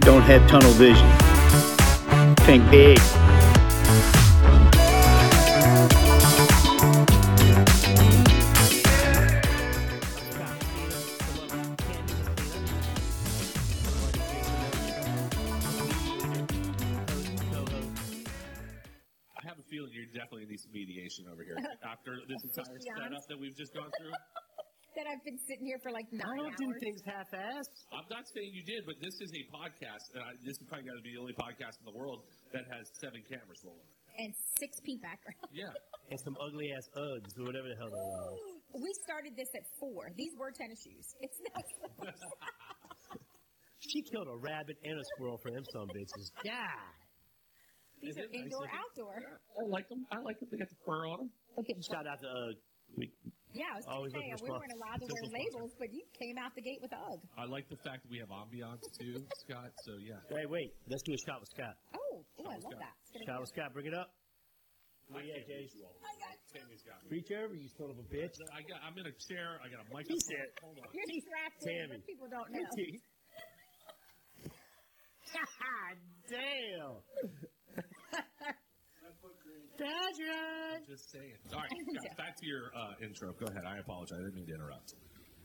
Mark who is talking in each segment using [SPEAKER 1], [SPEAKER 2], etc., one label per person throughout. [SPEAKER 1] Don't have tunnel vision. Think big.
[SPEAKER 2] I have a feeling you're definitely in need some mediation over here after this entire
[SPEAKER 3] Yeah.
[SPEAKER 2] setup that we've just gone through.
[SPEAKER 3] that I've been sitting here for like nine
[SPEAKER 4] I don't do
[SPEAKER 3] hours.
[SPEAKER 4] things half-assed.
[SPEAKER 2] I'm not saying you did, but this is a podcast, and I, this is probably got to be the only podcast in the world that has seven cameras rolling.
[SPEAKER 3] and six P background.
[SPEAKER 2] Yeah,
[SPEAKER 4] And some ugly ass Uggs or whatever the hell they are.
[SPEAKER 3] We started this at four. These were tennis shoes. It's not
[SPEAKER 4] She killed a rabbit and a squirrel for them some bitches. God.
[SPEAKER 3] these
[SPEAKER 2] Is
[SPEAKER 3] are
[SPEAKER 2] it nice
[SPEAKER 3] indoor
[SPEAKER 2] looking?
[SPEAKER 3] outdoor.
[SPEAKER 2] I like them. I like them. They got the fur on them.
[SPEAKER 4] Shout out to Ugg.
[SPEAKER 3] Yeah, I was
[SPEAKER 4] Always
[SPEAKER 3] just saying
[SPEAKER 4] looking
[SPEAKER 3] we weren't
[SPEAKER 4] responsive.
[SPEAKER 3] allowed to
[SPEAKER 4] Just
[SPEAKER 3] wear
[SPEAKER 4] responsive.
[SPEAKER 3] labels, but you came out the gate with a hug.
[SPEAKER 2] I like the fact that we have ambiance too, Scott. So yeah,
[SPEAKER 4] Wait, wait. Let's do a shot with Scott.
[SPEAKER 3] Oh, ooh, I
[SPEAKER 2] Sounds
[SPEAKER 3] love
[SPEAKER 2] good.
[SPEAKER 3] that. It's gonna
[SPEAKER 4] Shot
[SPEAKER 3] be- Oh
[SPEAKER 4] with Scott. Bring it up.
[SPEAKER 2] I
[SPEAKER 4] yeah,
[SPEAKER 2] can't
[SPEAKER 4] Jay's-
[SPEAKER 2] reach you all.
[SPEAKER 3] I got-
[SPEAKER 2] Tammy's got me.
[SPEAKER 4] Reach over, you son of a bitch.
[SPEAKER 2] I got. I'm in a chair. I got a microphone.
[SPEAKER 4] said-
[SPEAKER 2] Hold on.
[SPEAKER 3] You're distracted.
[SPEAKER 4] Tammy.
[SPEAKER 3] but People don't know.
[SPEAKER 4] God damn. That's right.
[SPEAKER 2] I'm just saying. All right, guys, back to your uh, intro. Go ahead. I apologize. I didn't mean to interrupt.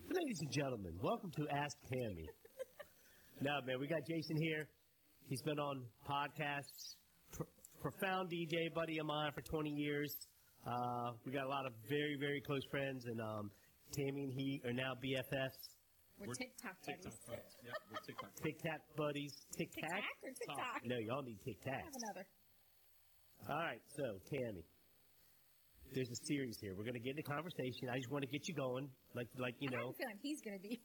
[SPEAKER 4] Ladies and gentlemen, welcome to Ask Tammy. now, man, we got Jason here. He's been on podcasts. Pr- profound DJ buddy of mine for 20 years. Uh, we got a lot of very, very close friends, and um, Tammy and he are now BFFs,
[SPEAKER 3] We're
[SPEAKER 2] We're
[SPEAKER 3] TikTok
[SPEAKER 2] TikTok
[SPEAKER 3] buddies.
[SPEAKER 2] friends. Yeah, we're TikTok friends.
[SPEAKER 4] Tic Tac buddies. Tic Tac?
[SPEAKER 3] TikTok or TikTok?
[SPEAKER 4] No, y'all need Tic
[SPEAKER 3] I have
[SPEAKER 4] Tacs.
[SPEAKER 3] another.
[SPEAKER 4] All right, so Tammy, there's a series here. We're going to get into conversation. I just want to get you going, like, like you
[SPEAKER 3] I have
[SPEAKER 4] know.
[SPEAKER 3] a feeling he's going to be.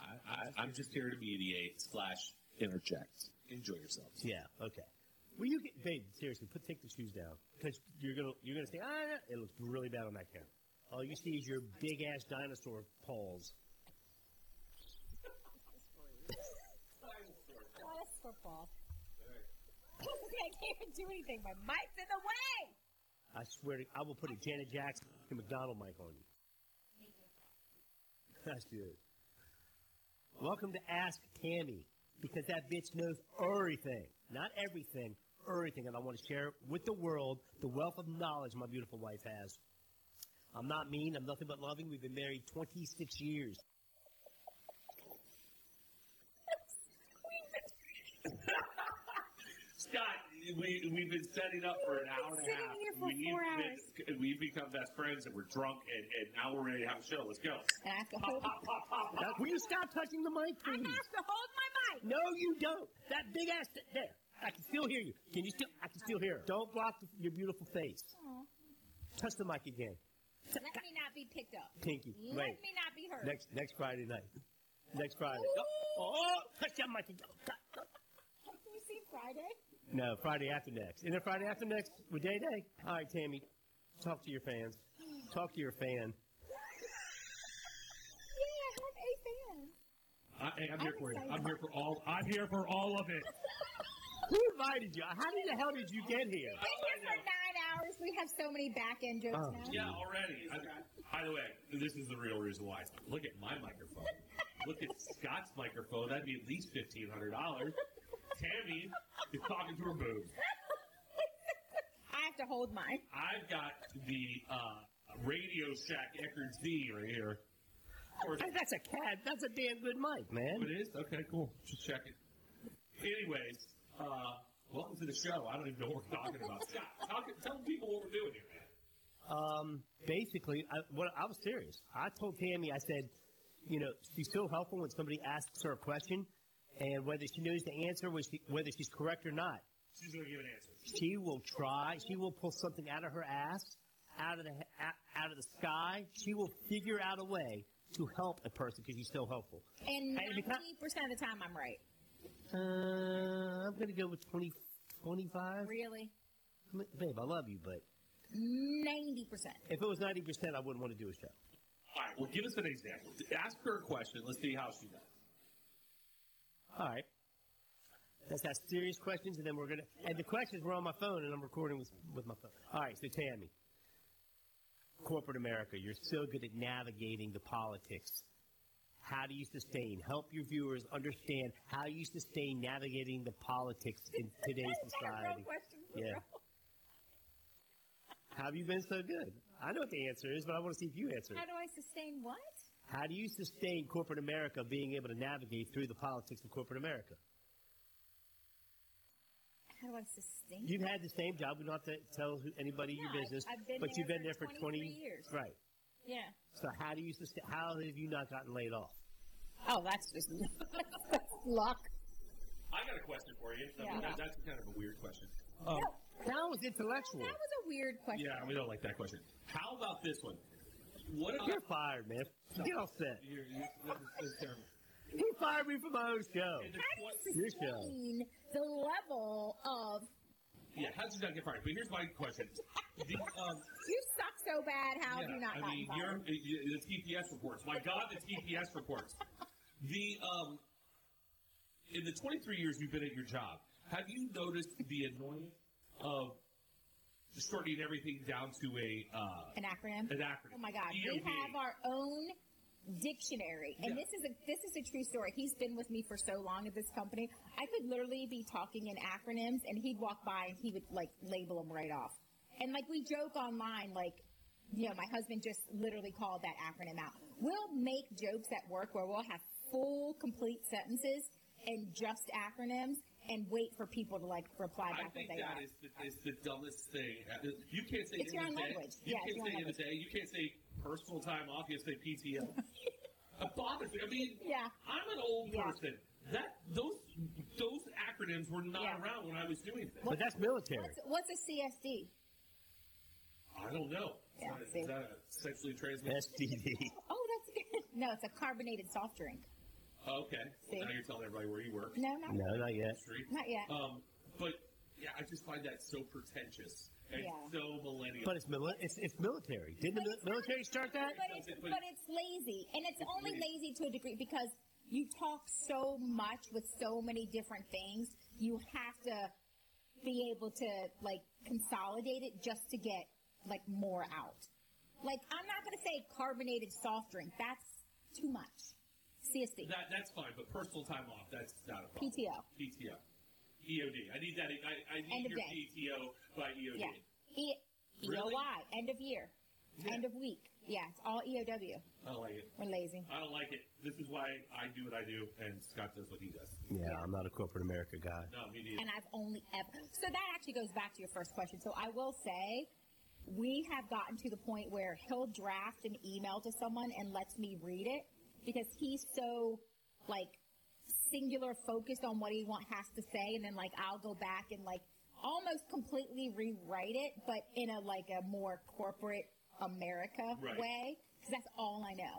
[SPEAKER 2] I, I, I'm just here to mediate slash interject. Enjoy yourselves.
[SPEAKER 4] Yeah. Okay. Will you get, babe? Seriously, put take the shoes down because you're gonna you're gonna say ah, no," it looks really bad on that camera. All you see is your big ass dinosaur paws.
[SPEAKER 3] Oh, that's football. I can't do anything. My mic's in the way.
[SPEAKER 4] I swear to I will put a Janet Jackson and McDonald mic on you. That's good. Welcome to Ask Tammy because that bitch knows everything, not everything, everything, and I want to share with the world the wealth of knowledge my beautiful wife has. I'm not mean. I'm nothing but loving. We've been married 26 years.
[SPEAKER 2] Scott, we, we've been setting up for an hour and a
[SPEAKER 3] Sitting
[SPEAKER 2] half.
[SPEAKER 3] here for
[SPEAKER 2] we've,
[SPEAKER 3] four
[SPEAKER 2] Been, we've become best friends and we're drunk and, and now we're ready to have a show. Let's go.
[SPEAKER 3] And I have to hold.
[SPEAKER 2] Pop, pop, pop, pop.
[SPEAKER 4] Now, will you stop touching the mic,
[SPEAKER 3] I
[SPEAKER 4] please?
[SPEAKER 3] have to hold my mic.
[SPEAKER 4] No, you don't. That big ass th- there. I can still hear you. Can you still? I can still hear. her. Don't block the, your beautiful face.
[SPEAKER 3] Aw.
[SPEAKER 4] Touch the mic again,
[SPEAKER 3] Let me not be picked up.
[SPEAKER 4] Pinky.
[SPEAKER 3] Let
[SPEAKER 4] Wait.
[SPEAKER 3] me not be hurt.
[SPEAKER 4] Next next Friday night. Next Friday.
[SPEAKER 3] Ooh.
[SPEAKER 4] Oh, touch that mic again. God.
[SPEAKER 3] Can we see Friday?
[SPEAKER 4] No, Friday after next. Isn't it Friday after next with Day Day? All right, Tammy. Talk to your fans. Talk to your fan.
[SPEAKER 3] Yeah, I have a fan.
[SPEAKER 2] I, hey, I'm here
[SPEAKER 3] I'm
[SPEAKER 2] for you.
[SPEAKER 3] excited.
[SPEAKER 2] I'm here for all. I'm here for all of it.
[SPEAKER 4] Who invited you? How did the hell did you get here?
[SPEAKER 3] Been here for nine hours. We have so many back end jokes
[SPEAKER 4] Oh,
[SPEAKER 3] now.
[SPEAKER 2] Yeah, already. I, by the way, this is the real reason why. Look at my microphone. Look at Scott's microphone. That'd be at least fifteen hundred dollars. Tammy is talking to her boob.
[SPEAKER 3] I have to hold mine.
[SPEAKER 2] I've got the uh, Radio Shack Eckerd Z right here. Of course,
[SPEAKER 4] Hey, that's a cat. That's a damn good mic, man.
[SPEAKER 2] it is. Okay, cool. Just check it. Anyways, uh, welcome to the show. I don't even know what we're talking about. Scott, talk, tell people what we're doing here, man.
[SPEAKER 4] Um, basically, I, what I was serious. I told Tammy, I said, you know, she's so helpful when somebody asks her a question, and whether she knows the answer, whether she- whether she's correct or not,
[SPEAKER 2] She's gonna give an answer.
[SPEAKER 4] she will try. She will pull something out of her ass, out of the he- out- out of the sky. She will figure out a way to help a person because she's so helpful.
[SPEAKER 3] And
[SPEAKER 4] Hey, because-
[SPEAKER 3] ninety percent of the time I'm right.
[SPEAKER 4] Uh, I'm gonna go with 20, 25.
[SPEAKER 3] Really?
[SPEAKER 4] M- Babe, I love you, but
[SPEAKER 3] Ninety percent.
[SPEAKER 4] if it was 90, percent I wouldn't want to do a show.
[SPEAKER 2] All right. Well, give us an example. Ask her a question. Let's see how she does.
[SPEAKER 4] All right. Let's ask serious questions, and then we're gonna. And the questions were on my phone, and I'm recording with with my phone. All right, so Tammy, corporate America, you're so good at navigating the politics.
[SPEAKER 5] how do you sustain? Help your viewers understand how you sustain navigating the politics in
[SPEAKER 3] Is that
[SPEAKER 5] today's
[SPEAKER 3] a
[SPEAKER 5] society.
[SPEAKER 3] real question for
[SPEAKER 5] Yeah.
[SPEAKER 3] real?
[SPEAKER 5] Have you been so good? I know what the answer is, but I want to see if you answer
[SPEAKER 3] How
[SPEAKER 5] it.
[SPEAKER 3] do I sustain what?
[SPEAKER 5] How do you sustain corporate America being able to navigate through the politics of corporate America?
[SPEAKER 3] How do I sustain?
[SPEAKER 5] You've had the same job. We don't have to tell who- anybody your
[SPEAKER 3] Yeah,
[SPEAKER 5] business,
[SPEAKER 3] I've been
[SPEAKER 5] but
[SPEAKER 3] there
[SPEAKER 5] you've been
[SPEAKER 3] for
[SPEAKER 5] there for
[SPEAKER 3] 23
[SPEAKER 5] 20
[SPEAKER 3] years.
[SPEAKER 5] Right.
[SPEAKER 3] yeah.
[SPEAKER 5] So how do you sustain? How have you not gotten laid off?
[SPEAKER 3] Oh, that's just luck.
[SPEAKER 2] I got a question for you. I mean,
[SPEAKER 3] Yeah.
[SPEAKER 2] that- that's kind of a weird question.
[SPEAKER 5] That was intellectual.
[SPEAKER 3] That was a weird question.
[SPEAKER 2] Yeah, we don't like that question. How about this one? What about
[SPEAKER 5] You're fired, man. Get off set.
[SPEAKER 2] You're- you're- this is- this is terrible.
[SPEAKER 5] He fired me from my own show.
[SPEAKER 2] In the
[SPEAKER 3] How do you
[SPEAKER 2] twen-
[SPEAKER 5] Your show.
[SPEAKER 3] sustain the level of
[SPEAKER 2] yeah, how did you not get fired? But here's my question. The, um,
[SPEAKER 3] you suck so bad? How have
[SPEAKER 2] yeah,
[SPEAKER 3] you not
[SPEAKER 2] I
[SPEAKER 3] gotten
[SPEAKER 2] mean,
[SPEAKER 3] fired?
[SPEAKER 2] you're, you- the TPS reports. My God, the TPS reports. The um, in the 23 years you've been at your job, have you noticed the annoyance of shortening everything down to a uh,
[SPEAKER 3] An acronym.
[SPEAKER 2] an acronym? E
[SPEAKER 3] Oh my God, we
[SPEAKER 2] EOB.
[SPEAKER 3] have our own dictionary, and
[SPEAKER 2] Yeah.
[SPEAKER 3] this is a this is a true story. He's been with me for so long at this company. I could literally be talking in acronyms, and he'd walk by and he would like label them right off. And like we joke online, like you know, my husband just literally called that acronym out. We'll make jokes at work where we'll have full complete sentences and just acronyms, and wait for people to like reply
[SPEAKER 2] I
[SPEAKER 3] back what
[SPEAKER 2] think
[SPEAKER 3] they
[SPEAKER 2] that
[SPEAKER 3] are.
[SPEAKER 2] is the, is the dumbest thing. Uh, You can't say
[SPEAKER 3] It's
[SPEAKER 2] in
[SPEAKER 3] your
[SPEAKER 2] the
[SPEAKER 3] own
[SPEAKER 2] day.
[SPEAKER 3] language.
[SPEAKER 2] You
[SPEAKER 3] Yeah, it's
[SPEAKER 2] can't
[SPEAKER 3] your
[SPEAKER 2] say
[SPEAKER 3] own
[SPEAKER 2] in the day. You can't say personal time off. You have to say PTO. it bothers me. I mean,
[SPEAKER 3] Yeah.
[SPEAKER 2] I'm an old
[SPEAKER 3] Yeah.
[SPEAKER 2] person. That those those acronyms were not
[SPEAKER 3] Yeah.
[SPEAKER 2] around when I was doing this.
[SPEAKER 5] But that's military.
[SPEAKER 3] What's, what's a CSD?
[SPEAKER 2] I don't know.
[SPEAKER 3] Yeah,
[SPEAKER 2] is, that,
[SPEAKER 3] see.
[SPEAKER 2] is that a sexually transmitted?
[SPEAKER 5] STD.
[SPEAKER 3] Oh, that's good. No, it's a carbonated soft drink.
[SPEAKER 2] Okay. Well,
[SPEAKER 3] See.
[SPEAKER 2] now you're telling everybody where you work.
[SPEAKER 3] No, not
[SPEAKER 5] No, not yet.
[SPEAKER 2] Street.
[SPEAKER 3] Not yet.
[SPEAKER 2] Um, but yeah, I just find that so pretentious and
[SPEAKER 3] Yeah.
[SPEAKER 2] so millennial.
[SPEAKER 5] But it's, mili- it's, it's military. Didn't the mil- military start that?
[SPEAKER 3] but it's but it's lazy, and it's only lazy to a degree because you talk so much with so many different things. You have to be able to like consolidate it just to get like more out. Like I'm not going to say carbonated soft drink. That's too much. CSD.
[SPEAKER 2] That that's fine, but personal time off, that's not a problem.
[SPEAKER 3] PTO.
[SPEAKER 2] PTO. EOD. E I need that. I, I
[SPEAKER 3] End
[SPEAKER 2] need
[SPEAKER 3] of
[SPEAKER 2] your
[SPEAKER 3] day.
[SPEAKER 2] PTO by EOD.
[SPEAKER 3] Yeah. E-
[SPEAKER 2] Really?
[SPEAKER 3] EOY. End of year. End of week. Yeah, it's all EOW.
[SPEAKER 2] I don't like it.
[SPEAKER 3] We're lazy.
[SPEAKER 2] I don't like it. This is why I do what I do, and Scott does what he does.
[SPEAKER 5] Yeah, I'm not a corporate America guy.
[SPEAKER 2] No, me neither.
[SPEAKER 3] and I've only ever. So that actually goes back to your first question. So I will say, we have gotten to the point where he'll draft an email to someone and lets me read it because he's so like singular focused on what he want has to say, and then like I'll go back and like almost completely rewrite it, but in a like a more corporate America
[SPEAKER 2] Right.
[SPEAKER 3] way because that's all I know,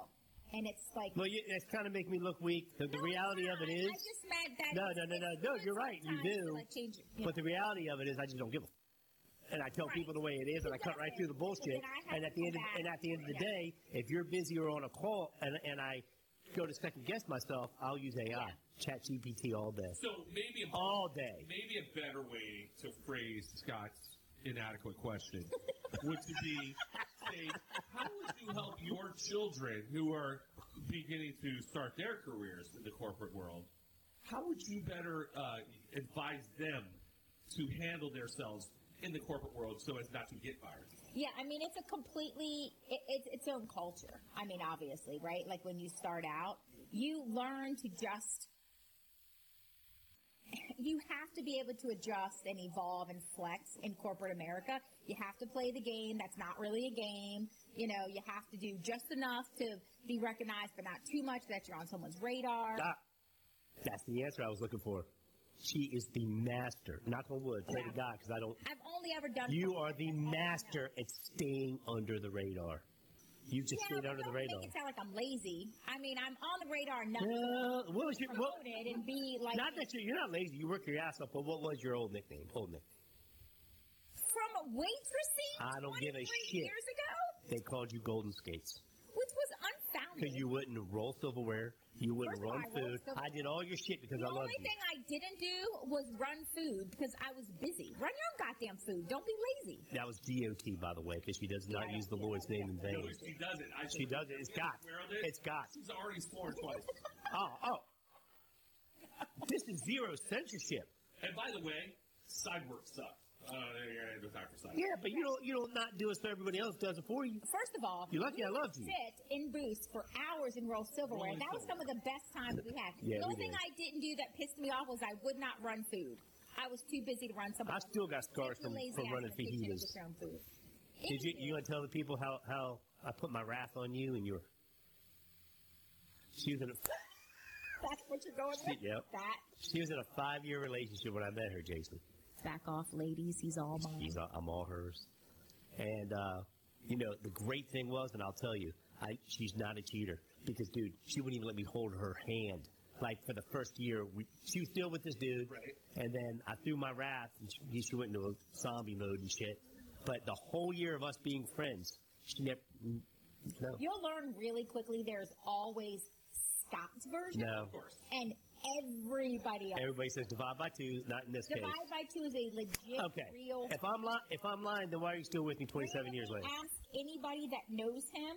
[SPEAKER 3] and it's like.
[SPEAKER 5] Well, you, that's kind of making me look weak. The, the reality of it
[SPEAKER 3] I-
[SPEAKER 5] is,
[SPEAKER 3] I just meant that
[SPEAKER 5] No,
[SPEAKER 3] it's-
[SPEAKER 5] no, no, no,
[SPEAKER 3] it's
[SPEAKER 5] no,
[SPEAKER 3] good
[SPEAKER 5] you're right, you
[SPEAKER 3] sometimes to,
[SPEAKER 5] do.
[SPEAKER 3] like, change it. Yeah.
[SPEAKER 5] but the reality of it is, I just don't give a. f- And I tell
[SPEAKER 3] Right.
[SPEAKER 5] people the way it is, and I cut right through the bullshit.
[SPEAKER 3] Then I have
[SPEAKER 5] And at
[SPEAKER 3] to
[SPEAKER 5] the end, of,
[SPEAKER 3] come back.
[SPEAKER 5] and at the end of the
[SPEAKER 3] Yeah.
[SPEAKER 5] day, if you're busy or on a call, and and I go to second guess myself, I'll use AI,
[SPEAKER 3] Yeah.
[SPEAKER 5] Chat GPT all day,
[SPEAKER 2] So maybe a,
[SPEAKER 5] all day.
[SPEAKER 2] maybe a better way to phrase Scott's inadequate question would to be say, how would you help your children who are beginning to start their careers in the corporate world? How would you better uh, advise them to handle themselves in the corporate world so as not to get fired?
[SPEAKER 3] Yeah, I mean, it's a completely it, it's its own culture. I mean, obviously, right? Like when you start out, you learn to just you have to be able to adjust and evolve and flex in corporate America. You have to play the game that's not really a game. You know, you have to do just enough to be recognized, but not too much that you're on someone's radar.
[SPEAKER 5] Ah, that's the answer I was looking for. She is the master. Knock on wood. Pray to God, because I don't.
[SPEAKER 3] I've only ever done
[SPEAKER 5] You are the master at staying under the radar. You just
[SPEAKER 3] Yeah,
[SPEAKER 5] stayed
[SPEAKER 3] but
[SPEAKER 5] under the
[SPEAKER 3] don't
[SPEAKER 5] radar.
[SPEAKER 3] Make it sound like I'm lazy. I mean, I'm on the radar enough.
[SPEAKER 5] Uh, what was your what,
[SPEAKER 3] promoted and be like
[SPEAKER 5] not that you're, you're not lazy, you work your ass off, but what was your old nickname? Old nickname.
[SPEAKER 3] from waitressing
[SPEAKER 5] I don't give
[SPEAKER 3] 23
[SPEAKER 5] a shit.
[SPEAKER 3] years ago,
[SPEAKER 5] They called you Golden Skates.
[SPEAKER 3] which was
[SPEAKER 5] because you wouldn't roll silverware, you
[SPEAKER 3] First
[SPEAKER 5] wouldn't
[SPEAKER 3] of all,
[SPEAKER 5] run
[SPEAKER 3] I rolled
[SPEAKER 5] food. I
[SPEAKER 3] silverware.
[SPEAKER 5] did all your shit because
[SPEAKER 3] The
[SPEAKER 5] I love
[SPEAKER 3] only
[SPEAKER 5] you.
[SPEAKER 3] thing I didn't do was run food because I was busy. Run your own goddamn food. Don't be lazy.
[SPEAKER 5] That was DOT, by the way, because she does not
[SPEAKER 3] Yeah,
[SPEAKER 5] use the
[SPEAKER 3] yeah,
[SPEAKER 5] Lord's name in
[SPEAKER 2] No,
[SPEAKER 5] vain.
[SPEAKER 2] she doesn't. I
[SPEAKER 5] She does it. It's got.
[SPEAKER 2] Where are they?
[SPEAKER 5] It's got.
[SPEAKER 2] She's already sworn twice.
[SPEAKER 5] Oh, oh. This is zero censorship.
[SPEAKER 2] and by the way, side work sucks. Uh, there you go. time for side work.
[SPEAKER 5] Yeah, but you don't you don't not do it so everybody else does it for you.
[SPEAKER 3] First of all,
[SPEAKER 5] You're lucky I love you.
[SPEAKER 3] sit in booths for hours and roll silverware.
[SPEAKER 2] Rolling
[SPEAKER 3] that was some of the best times we had.
[SPEAKER 5] Yeah,
[SPEAKER 3] the
[SPEAKER 5] we
[SPEAKER 3] only thing
[SPEAKER 5] did.
[SPEAKER 3] I didn't do that pissed me off was I would not run food. I was too busy to run something.
[SPEAKER 5] I still got scars from, from running fajitas.
[SPEAKER 3] food.
[SPEAKER 5] Did you you gonna tell the people how how I put my wrath on you and you were she was in a
[SPEAKER 3] That's what you're going with.
[SPEAKER 5] Yep.
[SPEAKER 3] That
[SPEAKER 5] she was in a five year relationship when I met her, Jason.
[SPEAKER 3] back off, ladies. He's all mine.
[SPEAKER 5] She's all, I'm all hers. And uh, you know the great thing was, and I'll tell you, I she's not a cheater because dude, she wouldn't even let me hold her hand. Like for the first year, we, she was still with this dude,
[SPEAKER 2] Right.
[SPEAKER 5] and then I threw my wrath, and she, she went into a zombie mode and shit. But the whole year of us being friends, she never. No,
[SPEAKER 3] You'll learn really quickly. There's always Scott's version
[SPEAKER 5] no.
[SPEAKER 2] Of course.
[SPEAKER 3] and everybody else.
[SPEAKER 5] Everybody says divide by two. Not in this case.
[SPEAKER 3] Divide by two is a legit,
[SPEAKER 5] Okay.
[SPEAKER 3] real.
[SPEAKER 5] If I'm lying, if I'm lying, then why are you still with me 27 years later?
[SPEAKER 3] Ask anybody that knows him,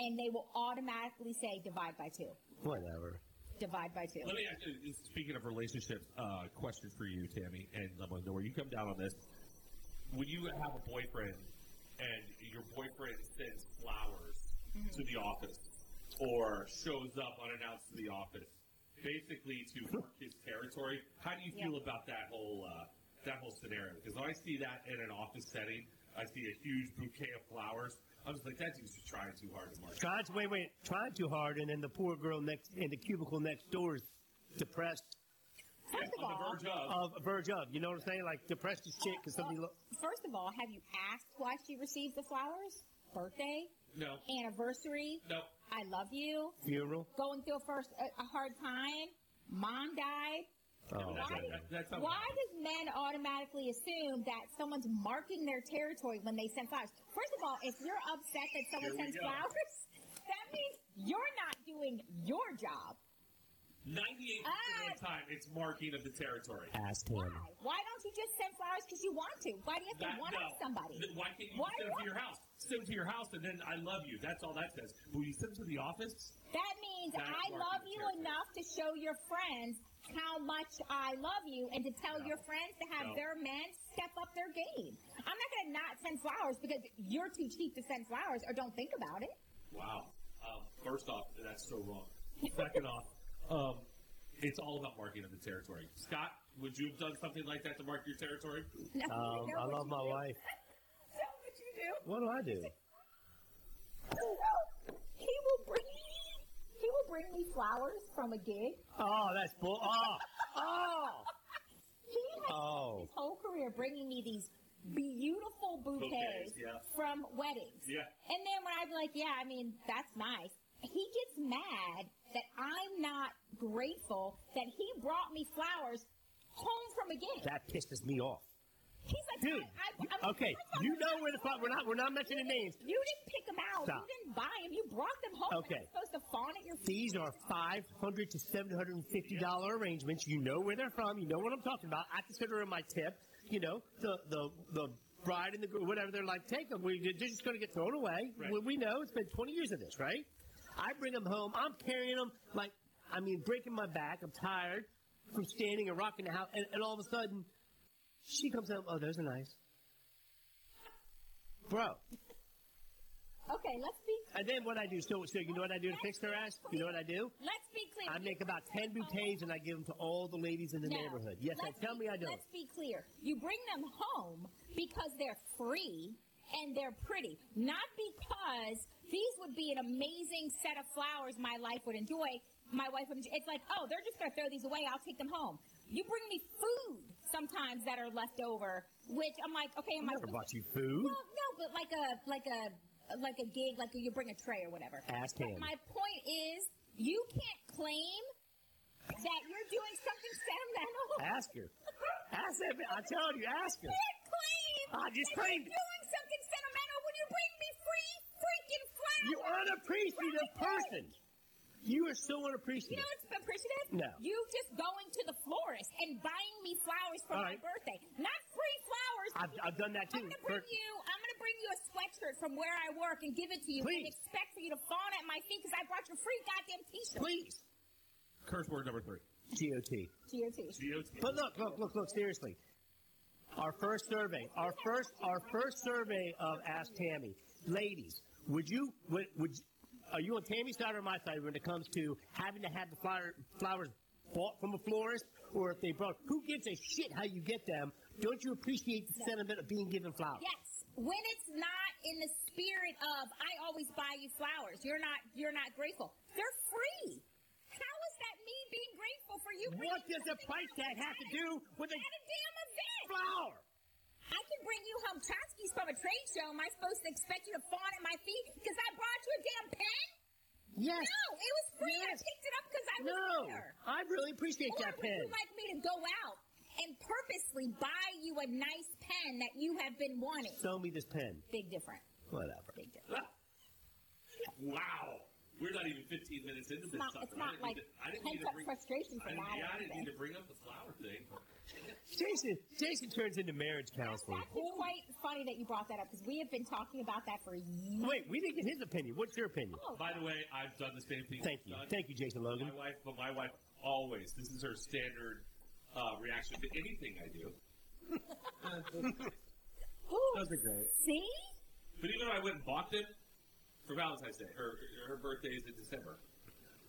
[SPEAKER 3] and they will automatically say divide by two.
[SPEAKER 5] Whatever.
[SPEAKER 3] Divide by two.
[SPEAKER 2] Let me ask you, speaking of relationships, uh, question for you, Tammy, and I want to know where you come down on this. When you have a boyfriend and your boyfriend sends flowers to the office or shows up unannounced to the office, basically to mark his territory, how do you feel about that whole uh, that whole scenario? Because when I see that in an office setting, I see a huge bouquet of flowers. I'm just like, that dude's just trying too hard to mark.
[SPEAKER 5] Trying to wait, wait, trying too hard, and then the poor girl next in the cubicle next door is depressed
[SPEAKER 3] First of
[SPEAKER 2] On the
[SPEAKER 3] all,
[SPEAKER 2] verge of.
[SPEAKER 5] of verge of. You know what I'm saying? Like depressed as shit because somebody. Lo-
[SPEAKER 3] first of all, have you asked why she received the flowers? Birthday,
[SPEAKER 2] no,
[SPEAKER 3] Oh. anniversary,
[SPEAKER 2] no.
[SPEAKER 3] I love you,
[SPEAKER 5] Funeral.
[SPEAKER 3] going through a first a, a hard time, mom died.
[SPEAKER 5] Oh,
[SPEAKER 2] That's,
[SPEAKER 5] man.
[SPEAKER 2] that, that's not what
[SPEAKER 3] Why
[SPEAKER 2] happens.
[SPEAKER 3] does men automatically assume that someone's marking their territory when they send flowers? First of all, if you're upset that
[SPEAKER 2] Here
[SPEAKER 3] someone
[SPEAKER 2] we
[SPEAKER 3] sends
[SPEAKER 2] go.
[SPEAKER 3] flowers, that means you're not doing your job.
[SPEAKER 2] 98% of the
[SPEAKER 3] Ah!
[SPEAKER 2] time, it's marking of the territory.
[SPEAKER 5] Ask him.
[SPEAKER 3] Why? Why don't you just send flowers because you want to? Why do you have to
[SPEAKER 2] That-
[SPEAKER 3] one up
[SPEAKER 2] no.
[SPEAKER 3] somebody?
[SPEAKER 2] Then Why can't you
[SPEAKER 3] Why
[SPEAKER 2] send it
[SPEAKER 3] not?
[SPEAKER 2] to your house? Send it to your house, and then I love you. That's all that says. But when you send it to the office,
[SPEAKER 3] That means
[SPEAKER 2] That's
[SPEAKER 3] I
[SPEAKER 2] marking
[SPEAKER 3] love
[SPEAKER 2] the
[SPEAKER 3] you
[SPEAKER 2] territory.
[SPEAKER 3] enough to show your friends how much I love you and to tell your friends to have
[SPEAKER 2] No.
[SPEAKER 3] their men step up their game. I'm not going to not send flowers because you're too cheap to send flowers or don't think about it.
[SPEAKER 2] wow. Um, first off, that's so wrong. Second off, um, it's all about marking of the territory. Scott, would you have done something like that to mark your territory?
[SPEAKER 3] No, no,
[SPEAKER 5] Um, I
[SPEAKER 3] what
[SPEAKER 5] love
[SPEAKER 3] you
[SPEAKER 5] my
[SPEAKER 3] do.
[SPEAKER 5] wife.
[SPEAKER 3] Is that what you do?
[SPEAKER 5] What do I do?
[SPEAKER 3] He will bring he will bring me flowers from a gig.
[SPEAKER 5] Oh, that's bull. Oh, oh,
[SPEAKER 3] He has
[SPEAKER 5] Oh.
[SPEAKER 3] his whole career bringing me these beautiful bouquets,
[SPEAKER 2] Bouquets, yeah.
[SPEAKER 3] from weddings.
[SPEAKER 2] Yeah.
[SPEAKER 3] And then when I'm like, yeah, I mean, that's nice. He gets mad that I'm not grateful that he brought me flowers home from a gig.
[SPEAKER 5] that pisses me off,
[SPEAKER 3] He's like,
[SPEAKER 5] dude.
[SPEAKER 3] I, I,
[SPEAKER 5] you-
[SPEAKER 3] I'm-
[SPEAKER 5] okay,
[SPEAKER 3] I'm
[SPEAKER 5] you
[SPEAKER 3] talking
[SPEAKER 5] know where the fuck we're not. We're not mentioning names.
[SPEAKER 3] You didn't pick them out.
[SPEAKER 5] Stop.
[SPEAKER 3] You didn't buy them. You brought them home.
[SPEAKER 5] Okay.
[SPEAKER 3] You're supposed to fawn at your
[SPEAKER 5] These are five hundred to seven hundred and fifty dollar arrangements. You know where they're from. You know what I'm talking about. I consider them my tip. You know the the the bride and the groom, whatever. They're like, take them. We, they're just going to get thrown away.
[SPEAKER 2] Right.
[SPEAKER 5] We, we know it's been twenty years of this, right? I bring them home. I'm carrying them like I mean, breaking my back. I'm tired from standing and rocking the house, and, and all of a sudden, she comes up. Oh, those are nice, bro.
[SPEAKER 3] Okay, let's be
[SPEAKER 5] And then what I do? So so you know what I do to fix their ass? You know what I do?
[SPEAKER 3] let's be clear.
[SPEAKER 5] I make about 10 bouquets and I give them to all the ladies in the
[SPEAKER 3] No.
[SPEAKER 5] neighborhood. Yes, I
[SPEAKER 3] Let's
[SPEAKER 5] tell
[SPEAKER 3] be-
[SPEAKER 5] me I don't.
[SPEAKER 3] Let's be clear. You bring them home because they're free and they're pretty, not because these would be an amazing set of flowers my life would enjoy. My wife would. Enjoy. It's like, oh, they're just gonna throw these away. I'll take them home. You bring me food sometimes that are left over, which I'm like, okay, am I
[SPEAKER 5] I never
[SPEAKER 3] supposed
[SPEAKER 5] bought you food.
[SPEAKER 3] Well, no, but like a like a like a gig, like you bring a tray or whatever.
[SPEAKER 5] Ask
[SPEAKER 3] But
[SPEAKER 5] him.
[SPEAKER 3] My point is, you can't claim that you're doing something sentimental.
[SPEAKER 5] Ask her. Ask that. bi- I'm telling you, ask her.
[SPEAKER 3] You
[SPEAKER 5] Ah,
[SPEAKER 3] can't claim
[SPEAKER 5] I just
[SPEAKER 3] that
[SPEAKER 5] claimed it.
[SPEAKER 3] you're doing something sentimental when you bring me free freaking flowers.
[SPEAKER 5] You unappreciative person. You are so
[SPEAKER 3] You
[SPEAKER 5] unappreciative.
[SPEAKER 3] know what's appreciative?
[SPEAKER 5] No.
[SPEAKER 3] You just going to the florist and buying me flowers for
[SPEAKER 5] All
[SPEAKER 3] my
[SPEAKER 5] right.
[SPEAKER 3] birthday. Not free flowers.
[SPEAKER 5] I've, I've done that
[SPEAKER 3] I'm
[SPEAKER 5] too.
[SPEAKER 3] gonna bring
[SPEAKER 5] Kurt.
[SPEAKER 3] you. I'm gonna bring you a sweatshirt from where I work and give it to you, and
[SPEAKER 5] Please.
[SPEAKER 3] expect for you to fawn at my feet because I brought your free goddamn T-shirt.
[SPEAKER 5] Please.
[SPEAKER 2] Curse word number three.
[SPEAKER 5] GOT.
[SPEAKER 3] GOT.
[SPEAKER 2] GOT.
[SPEAKER 5] But look, look, look, look, seriously. Our first survey, our first, our first survey of Ask Tammy. Ladies, would you, would, would you- are you on Tammy's side or my side when it comes to having to have the flower, flowers bought from a florist or if they brought, who gives a shit how you get them? Don't you appreciate the sentiment of being given flowers?
[SPEAKER 3] Yes. When it's not in the spirit of I always buy you flowers, you're not you're not grateful. They're free. How is that me being grateful for you?
[SPEAKER 5] What
[SPEAKER 3] bringing
[SPEAKER 5] does a
[SPEAKER 3] something
[SPEAKER 5] price
[SPEAKER 3] out
[SPEAKER 5] tag have to do with a
[SPEAKER 3] At a damn event.
[SPEAKER 5] flower?
[SPEAKER 3] I can bring you home tchotchkes from a trade show. Am I supposed to expect you to fawn at my feet because I brought you a damn pen?
[SPEAKER 5] Yes.
[SPEAKER 3] No, it was free. I
[SPEAKER 5] Yes.
[SPEAKER 3] picked it up because I was
[SPEAKER 5] No.
[SPEAKER 3] there.
[SPEAKER 5] I really appreciate
[SPEAKER 3] Or
[SPEAKER 5] that
[SPEAKER 3] would
[SPEAKER 5] pen.
[SPEAKER 3] you like me to go out and purposely buy you a nice pen that you have been wanting?
[SPEAKER 5] Sell me this pen.
[SPEAKER 3] Big difference.
[SPEAKER 5] Whatever.
[SPEAKER 3] Big difference.
[SPEAKER 2] Wow. We're not even 15 minutes into this
[SPEAKER 3] not-
[SPEAKER 2] sucker.
[SPEAKER 3] it's
[SPEAKER 2] I
[SPEAKER 3] not
[SPEAKER 2] didn't need
[SPEAKER 3] like
[SPEAKER 2] to- I didn't need to
[SPEAKER 3] pent-up
[SPEAKER 2] bring-
[SPEAKER 3] frustration
[SPEAKER 2] I
[SPEAKER 3] from
[SPEAKER 2] didn't- Yeah, I
[SPEAKER 3] that
[SPEAKER 2] didn't
[SPEAKER 3] happening.
[SPEAKER 2] need to bring up the flower thing.
[SPEAKER 5] Jason, Jason turns into marriage counselor.
[SPEAKER 3] That's actually quite funny that you brought that up because we have been talking about that for years.
[SPEAKER 5] Wait, we didn't get his opinion. What's your opinion?
[SPEAKER 2] By the way, I've done the same thing.
[SPEAKER 5] Thank
[SPEAKER 2] you've
[SPEAKER 5] you,
[SPEAKER 2] done.
[SPEAKER 5] thank you, Jason Logan.
[SPEAKER 2] My wife, but my wife always. This is her standard uh, reaction to anything I do.
[SPEAKER 3] Ooh,
[SPEAKER 2] Those are great.
[SPEAKER 3] see?
[SPEAKER 2] But even though I went and bought them for Valentine's Day, her her birthday is in December,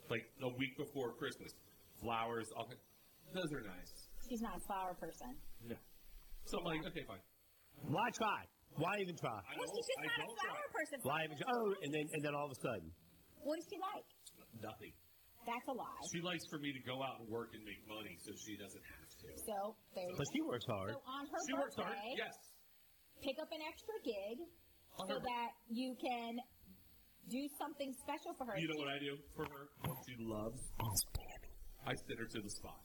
[SPEAKER 2] like a week before Christmas. Flowers, all kind- those are nice.
[SPEAKER 3] She's not a flower person.
[SPEAKER 2] No. So I'm like, okay, fine.
[SPEAKER 5] Why try? Why even try?
[SPEAKER 2] I
[SPEAKER 3] Well,
[SPEAKER 2] don't,
[SPEAKER 3] she's just
[SPEAKER 2] I
[SPEAKER 3] not a
[SPEAKER 2] don't
[SPEAKER 3] flower person.
[SPEAKER 5] Why even? Try? Oh, and then and then all of a sudden,
[SPEAKER 3] What does she like?
[SPEAKER 2] try nothing.
[SPEAKER 3] That's a lie.
[SPEAKER 2] She likes for me to go out and work and make money, so she doesn't have to.
[SPEAKER 3] So there you
[SPEAKER 5] but
[SPEAKER 3] go.
[SPEAKER 5] she works hard.
[SPEAKER 3] So on her
[SPEAKER 2] She
[SPEAKER 3] birthday,
[SPEAKER 2] works hard. Yes.
[SPEAKER 3] pick up an extra gig
[SPEAKER 2] On
[SPEAKER 3] so
[SPEAKER 2] her-
[SPEAKER 3] that you can do something special for her.
[SPEAKER 2] You know what I do for her? What she loves. I send her to the spa.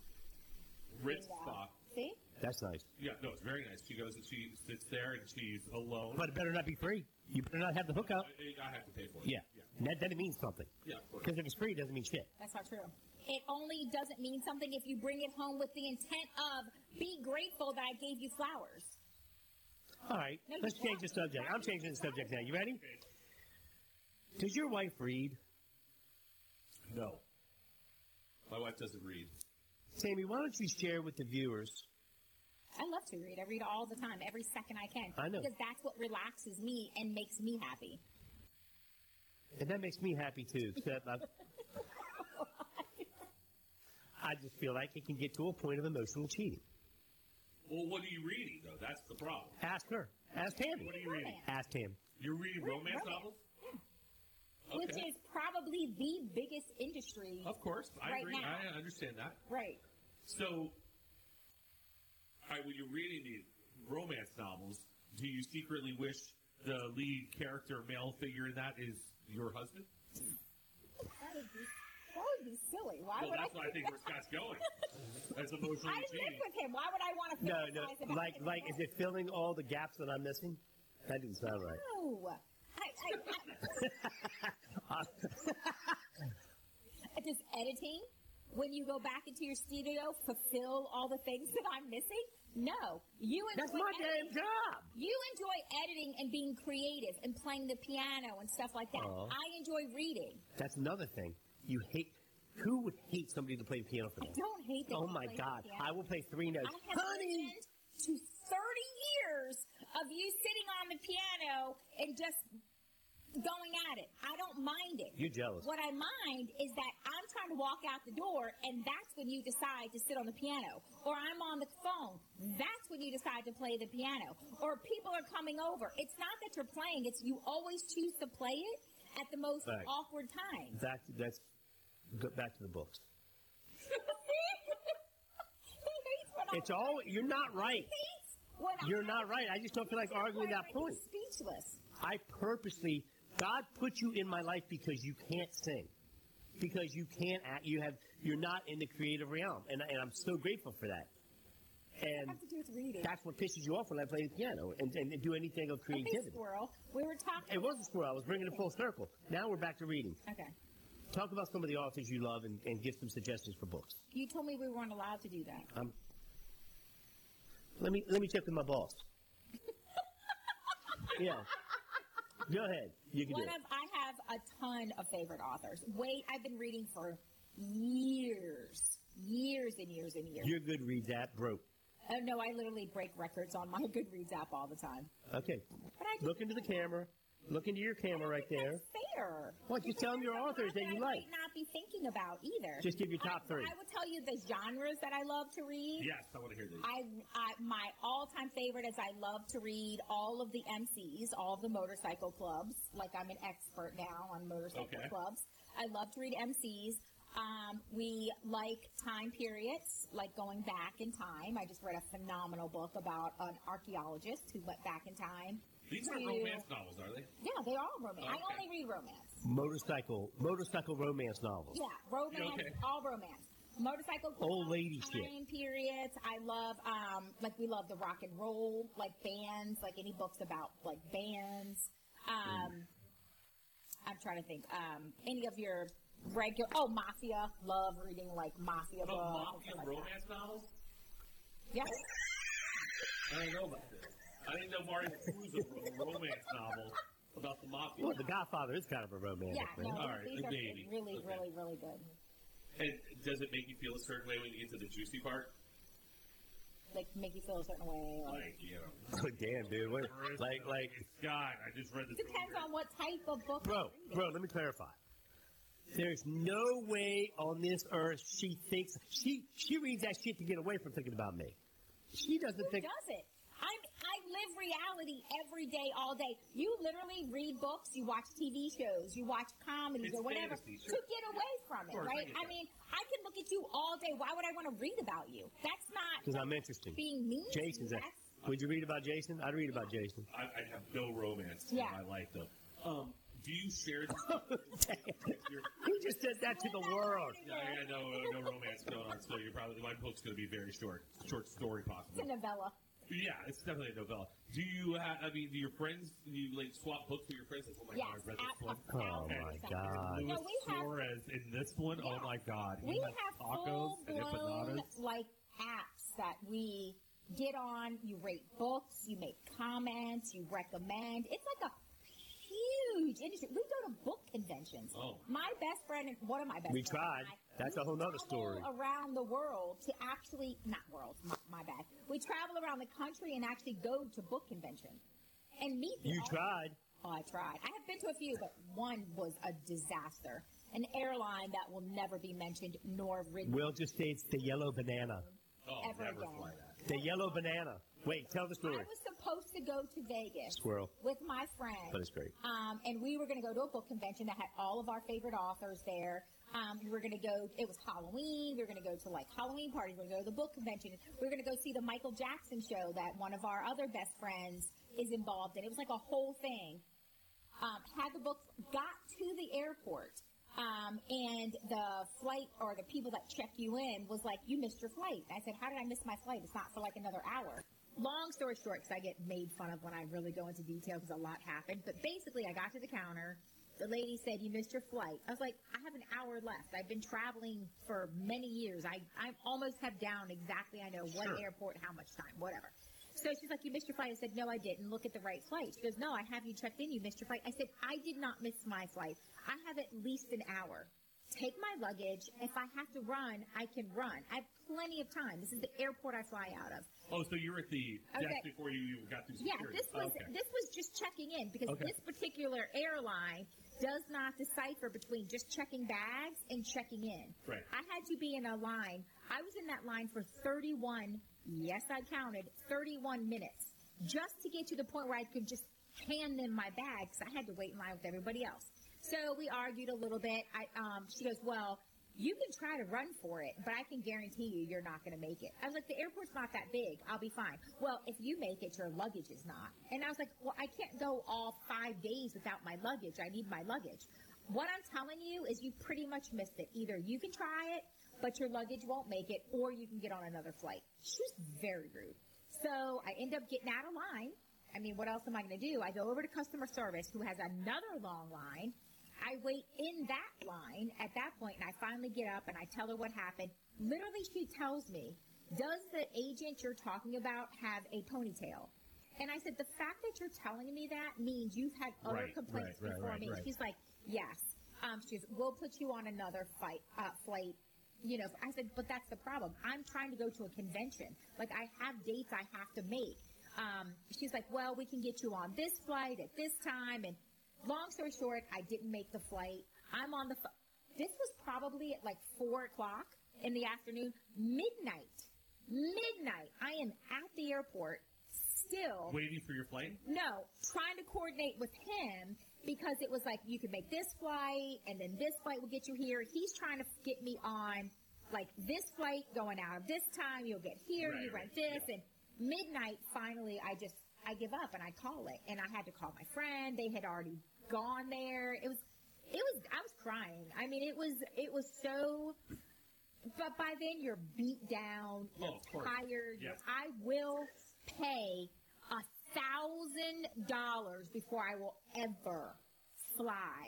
[SPEAKER 2] Ritz
[SPEAKER 3] Yeah.
[SPEAKER 2] spa.
[SPEAKER 3] See?
[SPEAKER 5] That's nice.
[SPEAKER 2] Yeah, no, it's very nice. She goes and she sits there and she's alone.
[SPEAKER 5] But it better not be free. You better not have the hookup.
[SPEAKER 2] I, I have to pay for it.
[SPEAKER 5] Yeah,
[SPEAKER 2] Yeah.
[SPEAKER 5] and that then it means something.
[SPEAKER 2] Yeah, of course.
[SPEAKER 5] Because if it's free, it doesn't mean shit.
[SPEAKER 3] That's not true. It only doesn't mean something if you bring it home with the intent of be grateful that I gave you flowers.
[SPEAKER 5] All right,
[SPEAKER 3] No, you
[SPEAKER 5] let's change the subject. I'm changing the subject now. You ready? Does your wife read?
[SPEAKER 2] No. My wife doesn't read.
[SPEAKER 5] Sammy, why don't you share with the viewers?
[SPEAKER 3] I love to read. I read all the time, every second I can.
[SPEAKER 5] I know.
[SPEAKER 3] Because that's what relaxes me and makes me happy.
[SPEAKER 5] And that makes me happy too, except I, I just feel like it can get to a point of emotional cheating.
[SPEAKER 2] Well, what are you reading, though? That's the problem.
[SPEAKER 5] Ask her. Ask Tammy.
[SPEAKER 2] What are you reading?
[SPEAKER 5] Ask him.
[SPEAKER 2] You're reading romance
[SPEAKER 3] romance.
[SPEAKER 2] novels?
[SPEAKER 3] Which is probably the biggest industry.
[SPEAKER 5] Oh.
[SPEAKER 2] Of course. I
[SPEAKER 3] Right
[SPEAKER 2] agree.
[SPEAKER 3] now.
[SPEAKER 2] I understand that.
[SPEAKER 3] Right.
[SPEAKER 2] So, all right, when you're reading these romance novels, do you secretly wish the lead character, male figure in that, is your husband?
[SPEAKER 3] That would be, that would be silly. Why
[SPEAKER 2] Well,
[SPEAKER 3] would I?
[SPEAKER 2] that's why I think where Scott's going. That's
[SPEAKER 3] I
[SPEAKER 2] emotionally
[SPEAKER 3] live
[SPEAKER 2] cheating.
[SPEAKER 3] with him. Why would I want to
[SPEAKER 5] No,
[SPEAKER 3] fantasize
[SPEAKER 5] no.
[SPEAKER 3] about
[SPEAKER 5] Like,
[SPEAKER 3] him
[SPEAKER 5] like, is
[SPEAKER 3] anymore?
[SPEAKER 5] it filling all the gaps that I'm missing? That didn't sound right.
[SPEAKER 3] No. I, I, I, does editing, when you go back into your studio, fulfill all the things that I'm missing? No. You enjoy
[SPEAKER 5] That's my
[SPEAKER 3] editing.
[SPEAKER 5] damn job.
[SPEAKER 3] You enjoy editing and being creative and playing the piano and stuff like that.
[SPEAKER 5] Aw.
[SPEAKER 3] I enjoy reading.
[SPEAKER 5] That's another thing. You hate. Who would hate somebody to play the piano for
[SPEAKER 3] I
[SPEAKER 5] them?
[SPEAKER 3] don't hate that.
[SPEAKER 5] Oh
[SPEAKER 3] you
[SPEAKER 5] my
[SPEAKER 3] play the
[SPEAKER 5] God!
[SPEAKER 3] piano.
[SPEAKER 5] I will play three notes.
[SPEAKER 3] I have
[SPEAKER 5] Honey,
[SPEAKER 3] listened to 30 years of you sitting on the piano and just going at it. I don't mind it.
[SPEAKER 5] you're jealous.
[SPEAKER 3] What I mind is that I'm trying to walk out the door, and that's when you decide to sit on the piano. Or I'm on the phone. That's when you decide to play the piano. Or people are coming over. It's not that you're playing, it's you always choose to play it at the most
[SPEAKER 5] Right.
[SPEAKER 3] awkward time.
[SPEAKER 5] Back. That's. Go back to the books.
[SPEAKER 3] he hates when I
[SPEAKER 5] It's all. You're not right.
[SPEAKER 3] hates when I-
[SPEAKER 5] You're not right. I just don't feel like arguing that
[SPEAKER 3] I'm
[SPEAKER 5] point.
[SPEAKER 3] Speechless.
[SPEAKER 5] I purposely, God put you in my life because you can't sing, because you can't act. You have, you're not in the creative realm, and, I- and I'm so grateful for that.
[SPEAKER 3] It
[SPEAKER 5] and
[SPEAKER 3] has to do with reading.
[SPEAKER 5] that's what pisses you off when I play the piano and, and do anything of
[SPEAKER 3] Hey,
[SPEAKER 5] creativity.
[SPEAKER 3] squirrel. We were talking.
[SPEAKER 5] It was a squirrel. I was bringing it full circle. Now we're back to reading.
[SPEAKER 3] Okay.
[SPEAKER 5] Talk about some of the authors you love and, and give some suggestions for books.
[SPEAKER 3] You told me we weren't allowed to do that.
[SPEAKER 5] Um, let me let me check with my boss. yeah. Go ahead. You can
[SPEAKER 3] One
[SPEAKER 5] do it.
[SPEAKER 3] of I have a ton of favorite authors. Wait, I've been reading for years, years and years and years.
[SPEAKER 5] Your Goodreads app broke.
[SPEAKER 3] oh no, I literally break records on my Goodreads app all the time.
[SPEAKER 5] Okay.
[SPEAKER 3] But I just
[SPEAKER 5] Look into the camera. Look into your camera right there.
[SPEAKER 3] That's fair.
[SPEAKER 5] Why don't you tell 'em your
[SPEAKER 3] Because there's
[SPEAKER 5] authors that
[SPEAKER 3] a
[SPEAKER 5] you
[SPEAKER 3] lot I
[SPEAKER 5] like?
[SPEAKER 3] might Not be thinking about either.
[SPEAKER 5] Just give your top
[SPEAKER 3] I-
[SPEAKER 5] three.
[SPEAKER 3] I would tell you the genres that I love to read.
[SPEAKER 2] Yes, I want to hear these.
[SPEAKER 3] I, I my all-time favorite is I love to read all of the MCs, all of the motorcycle clubs. Like I'm an expert now on motorcycle
[SPEAKER 2] Okay.
[SPEAKER 3] clubs. I love to read MCs. Um, we like time periods, like going back in time. I just read a phenomenal book about an archaeologist who went back in time.
[SPEAKER 2] These are
[SPEAKER 3] to-
[SPEAKER 2] romance novels, are they?
[SPEAKER 3] Yeah, they are romance. I
[SPEAKER 2] Okay.
[SPEAKER 3] only read romance.
[SPEAKER 5] Motorcycle motorcycle romance novels.
[SPEAKER 3] Yeah, romance,
[SPEAKER 2] Okay.
[SPEAKER 3] all romance. Motorcycle club,
[SPEAKER 5] Old lady
[SPEAKER 3] time
[SPEAKER 5] shit.
[SPEAKER 3] periods. I love, um, like we love the rock and roll, like bands, like any books about like bands. Um, I'm trying to think. Um, any of your regular? Oh, mafia. Love reading like mafia
[SPEAKER 2] Oh, mafia
[SPEAKER 3] books. and stuff like
[SPEAKER 2] romance novels?
[SPEAKER 3] that. Yeah.
[SPEAKER 2] I didn't know about this. I didn't know Mario Cruz wrote a romance novel about the mafia.
[SPEAKER 5] Well, The Godfather is kind of a romantic.
[SPEAKER 3] Yeah, no,
[SPEAKER 5] man.
[SPEAKER 2] All right,
[SPEAKER 3] these
[SPEAKER 2] the
[SPEAKER 3] are
[SPEAKER 2] baby.
[SPEAKER 3] really,
[SPEAKER 2] Okay.
[SPEAKER 3] really, really good.
[SPEAKER 2] And does it make you feel a certain way when you get to the juicy part?
[SPEAKER 3] Like make you feel a certain way. Like.
[SPEAKER 2] Like, you know,
[SPEAKER 5] Oh, damn, dude. What, like, like,
[SPEAKER 2] God, I just read this.
[SPEAKER 3] Depends on what type of book.
[SPEAKER 5] bro, bro. Let me clarify. There's no way on this earth she thinks she she reads that shit to get away from thinking about me. She doesn't
[SPEAKER 3] Who
[SPEAKER 5] think.
[SPEAKER 3] does it? I'm, I live reality every day, all day. You literally read books, you watch TV shows, you watch comedies
[SPEAKER 2] It's
[SPEAKER 3] or whatever
[SPEAKER 2] fantasy,
[SPEAKER 3] to
[SPEAKER 2] sure.
[SPEAKER 3] get away from it,
[SPEAKER 2] course, I
[SPEAKER 3] right?
[SPEAKER 2] get
[SPEAKER 3] I,
[SPEAKER 2] that.
[SPEAKER 3] mean, I can look at you all day. Why would I want to read about you? That's
[SPEAKER 5] Because
[SPEAKER 3] not
[SPEAKER 5] I'm interesting.
[SPEAKER 3] being mean. to you.
[SPEAKER 5] Jason's. A,
[SPEAKER 3] That's-
[SPEAKER 5] would you read about Jason? I'd read about Jason.
[SPEAKER 2] I, I have no romance
[SPEAKER 3] Yeah.
[SPEAKER 2] in my life, though. Um, do you share? your,
[SPEAKER 5] He just said that to the world.
[SPEAKER 2] yeah, I got no, no romance going on, so you're probably my book's going to be very short, short story
[SPEAKER 3] It's a
[SPEAKER 2] possible.
[SPEAKER 3] novella.
[SPEAKER 2] Yeah, it's definitely a novella. Do you? Have, I mean, do your friends? Do you like swap books with your friends? Like, oh my
[SPEAKER 3] Yes,
[SPEAKER 2] god, I read
[SPEAKER 3] at
[SPEAKER 2] this one.
[SPEAKER 3] a
[SPEAKER 5] Oh
[SPEAKER 3] thousand
[SPEAKER 5] my
[SPEAKER 3] percent.
[SPEAKER 5] god.
[SPEAKER 2] Luis
[SPEAKER 3] No, we have-
[SPEAKER 2] Suarez in this one.
[SPEAKER 3] Yeah.
[SPEAKER 2] Oh my god, he
[SPEAKER 3] We
[SPEAKER 2] had
[SPEAKER 3] have
[SPEAKER 2] tacos
[SPEAKER 3] full
[SPEAKER 2] and
[SPEAKER 3] blown
[SPEAKER 2] empanadas.
[SPEAKER 3] like apps that we get on. You rate books, you make comments, you recommend. It's like a huge industry. We go to book conventions.
[SPEAKER 2] Oh.
[SPEAKER 3] My best friend and one of my best
[SPEAKER 5] We
[SPEAKER 3] friends
[SPEAKER 5] tried.
[SPEAKER 3] and I,
[SPEAKER 5] That's
[SPEAKER 3] we
[SPEAKER 5] a whole nother
[SPEAKER 3] travel
[SPEAKER 5] story.
[SPEAKER 3] Around the world to actually not world, my, my bad. We travel around the country and actually go to book convention and meet the
[SPEAKER 5] You
[SPEAKER 3] authors.
[SPEAKER 5] tried.
[SPEAKER 3] Oh, I tried. I have been to a few, but one was a disaster. An airline that will never be mentioned nor written.
[SPEAKER 5] Will just states the yellow banana.
[SPEAKER 2] Oh,
[SPEAKER 3] ever
[SPEAKER 2] never
[SPEAKER 3] again.
[SPEAKER 2] fly that.
[SPEAKER 5] The yellow banana. Wait, tell the
[SPEAKER 3] I
[SPEAKER 5] story.
[SPEAKER 3] was supposed to go to Vegas
[SPEAKER 5] Squirrel.
[SPEAKER 3] with my friend.
[SPEAKER 5] But it's great.
[SPEAKER 3] Um, and we were going to go to a book convention that had all of our favorite authors there. Um, we were going to go, it was Halloween. We were going to go to like Halloween parties. We were going to go to the book convention. We were going to go see the Michael Jackson show that one of our other best friends is involved in. It was like a whole thing. um, had the books, got to the airport, um, and the flight or the people that check you in was like, "You missed your flight." I said, "How did I miss my flight? It's not for like another hour." Long story short, because I get made fun of when I really go into detail because a lot happened. But basically, I got to the counter. The lady said, "You missed your flight." I was like, "I have an hour left. I've been traveling for many years. I I almost have down exactly. I know what
[SPEAKER 2] Sure.
[SPEAKER 3] airport, how much time, whatever." So she's like, "You missed your flight." I said, "No, I didn't. Look at the right flight." She goes, "No, I have you checked in. You missed your flight." I said, "I did not miss my flight. I have at least an hour. Take my luggage. If I have to run, I can run. I have plenty of time. This is the airport I fly out of."
[SPEAKER 2] Oh, so you're at the
[SPEAKER 3] Okay.
[SPEAKER 2] just before you even got through
[SPEAKER 3] Yeah,
[SPEAKER 2] security.
[SPEAKER 3] this was
[SPEAKER 2] okay.
[SPEAKER 3] this was just checking in because
[SPEAKER 2] Okay.
[SPEAKER 3] this particular airline does not decipher between just checking bags and checking in.
[SPEAKER 2] Right.
[SPEAKER 3] I had to be in a line. I was in that line for 31. Yes, I counted 31 minutes just to get to the point where I could just hand them my bags. I had to wait in line with everybody else. So we argued a little bit. I um, she goes, well. You can try to run for it, but I can guarantee you, you're not going to make it. I was like, the airport's not that big. I'll be fine. Well, if you make it, your luggage is not. And I was like, well, I can't go all five days without my luggage. I need my luggage. What I'm telling you is you pretty much missed it. Either you can try it, but your luggage won't make it, or you can get on another flight. She was very rude. So I end up getting out of line. I mean, what else am I going to do? I go over to customer service, who has another long line. I wait in that line at that point, and I finally get up and I tell her what happened. Literally, she tells me, "Does the agent you're talking about have a ponytail?" And I said, "The fact that you're telling me that means you've had other
[SPEAKER 5] Right,
[SPEAKER 3] complaints
[SPEAKER 5] right, right,
[SPEAKER 3] before
[SPEAKER 5] right,
[SPEAKER 3] me."
[SPEAKER 5] right.
[SPEAKER 3] She's like, "Yes." Um, she goes, "We'll put you on another fight uh, flight." You know, I said, "But that's the problem. I'm trying to go to a convention. Like I have dates I have to make." Um, she's like, "Well, we can get you on this flight at this time." And long story short, I didn't make the flight. I'm on the. F- this was probably at like four o'clock in the afternoon, midnight, midnight. I am at the airport still.
[SPEAKER 2] Waiting for your flight?
[SPEAKER 3] No, trying to coordinate with him because it was like you could make this flight and then this flight will get you here. He's trying to get me on like this flight going out of this time. You'll get here.
[SPEAKER 2] Right,
[SPEAKER 3] you
[SPEAKER 2] right,
[SPEAKER 3] rent this and midnight. Finally, I just I give up and I call it and I had to call my friend. They had already gone there. It was it was I was crying. I mean, it was it was so. But by then you're beat down, you're
[SPEAKER 2] Oh, of course.
[SPEAKER 3] tired. you're-
[SPEAKER 2] Yes.
[SPEAKER 3] I will pay a thousand dollars before I will ever fly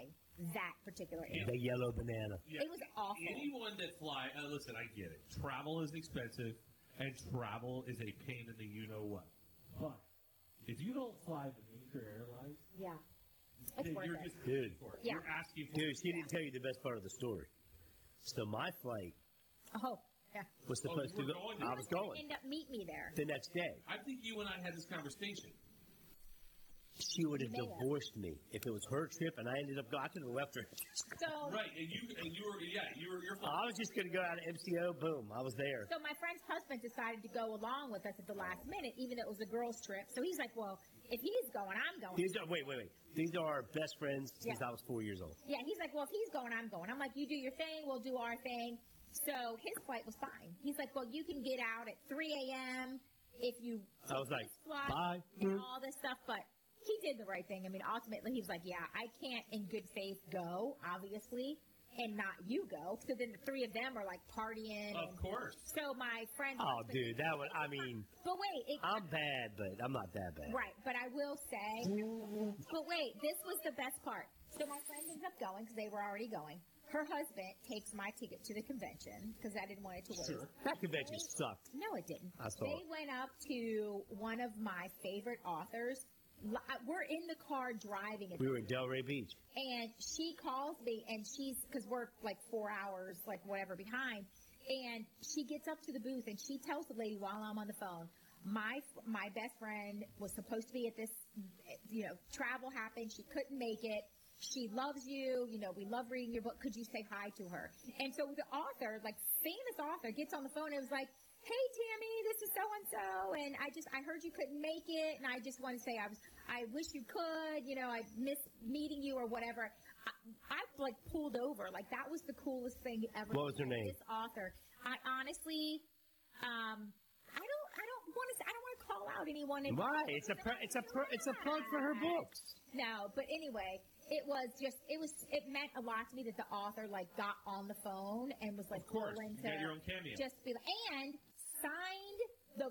[SPEAKER 3] that particular airplane.
[SPEAKER 5] The yellow banana.
[SPEAKER 2] Yeah.
[SPEAKER 3] It was awful.
[SPEAKER 2] Anyone that fly, uh, listen, I get it. Travel is expensive, and travel is a pain in the you know what. But if you don't fly the major airlines,
[SPEAKER 3] Yeah,
[SPEAKER 2] then
[SPEAKER 3] it's worth
[SPEAKER 2] you're
[SPEAKER 3] it.
[SPEAKER 2] just
[SPEAKER 5] Dude.
[SPEAKER 2] asking for it.
[SPEAKER 3] Yeah.
[SPEAKER 2] You're asking for
[SPEAKER 5] Dude,
[SPEAKER 2] it.
[SPEAKER 5] she didn't tell you the best part of the story. So my flight
[SPEAKER 3] Oh, yeah.
[SPEAKER 5] was
[SPEAKER 2] Oh, you
[SPEAKER 5] supposed to
[SPEAKER 2] were
[SPEAKER 5] go.
[SPEAKER 2] going
[SPEAKER 5] I
[SPEAKER 2] there.
[SPEAKER 5] was
[SPEAKER 3] They
[SPEAKER 5] going
[SPEAKER 3] End up meet me there.
[SPEAKER 5] the next day.
[SPEAKER 2] I think you and I had this conversation.
[SPEAKER 5] She would have
[SPEAKER 3] You made up.
[SPEAKER 5] divorced me if it was her trip, and I ended up going. I could have left her.
[SPEAKER 3] So,
[SPEAKER 2] Right, and you and you were yeah, you were you're fine.
[SPEAKER 5] I was just going to go out of MCO. Boom, I was there.
[SPEAKER 3] so my friend's husband decided to go along with us at the last minute, even though it was a girls' trip. So he's like, "Well, if he's going, I'm going."
[SPEAKER 5] These are wait, wait, wait. These are our best friends since
[SPEAKER 3] Yeah.
[SPEAKER 5] I was four years old.
[SPEAKER 3] Yeah, he's like, well, if he's going, I'm going. I'm like, you do your thing, we'll do our thing. So his flight was fine. He's like, well, you can get out at 3 a.m. if you
[SPEAKER 5] I was like,
[SPEAKER 3] this flight
[SPEAKER 5] bye.
[SPEAKER 3] and all this stuff, but he did the right thing. I mean, ultimately, he was like, yeah, I can't in good faith go, obviously, and not you go. So then the three of them are like partying.
[SPEAKER 2] Of
[SPEAKER 3] and-
[SPEAKER 2] course.
[SPEAKER 3] So my friend.
[SPEAKER 5] Oh, dude, that one. I mean,
[SPEAKER 3] But wait, it,
[SPEAKER 5] I'm bad, but I'm not that bad.
[SPEAKER 3] Right, but I will say. But wait, this was the best part. So my friend ends up going because they were already going. Her husband takes my ticket to the convention because I didn't want it to waste.
[SPEAKER 2] Sure.
[SPEAKER 5] That convention sucked.
[SPEAKER 3] No, it didn't.
[SPEAKER 5] I saw
[SPEAKER 3] they
[SPEAKER 5] it.
[SPEAKER 3] went up to one of my favorite authors. L- I- We're in the car driving, at
[SPEAKER 5] We were in Delray Beach.
[SPEAKER 3] and she calls me and she's because we're like four hours like whatever behind and she gets up to the booth and she tells the lady while i'm on the phone my my best friend was supposed to be at this you know travel happened she couldn't make it she loves you you know we love reading your book could you say hi to her and so the author like famous author gets on the phone and was like hey tammy this is so and so and i just i heard you couldn't make it and i just want to say i was i wish you could you know i miss meeting you or whatever i, I like pulled over like that was the coolest thing ever
[SPEAKER 5] What was her name?
[SPEAKER 3] this author i honestly um i don't i don't want to i don't want to call out anyone in
[SPEAKER 5] Why? It's a pr- it's a pr- it's a plug for her books.
[SPEAKER 3] no, but anyway, it was just it was it meant a lot to me that the author like got on the phone and was like
[SPEAKER 2] Of course.
[SPEAKER 3] willing
[SPEAKER 2] You
[SPEAKER 3] to
[SPEAKER 2] got your own cameo.
[SPEAKER 3] just be like, and signed the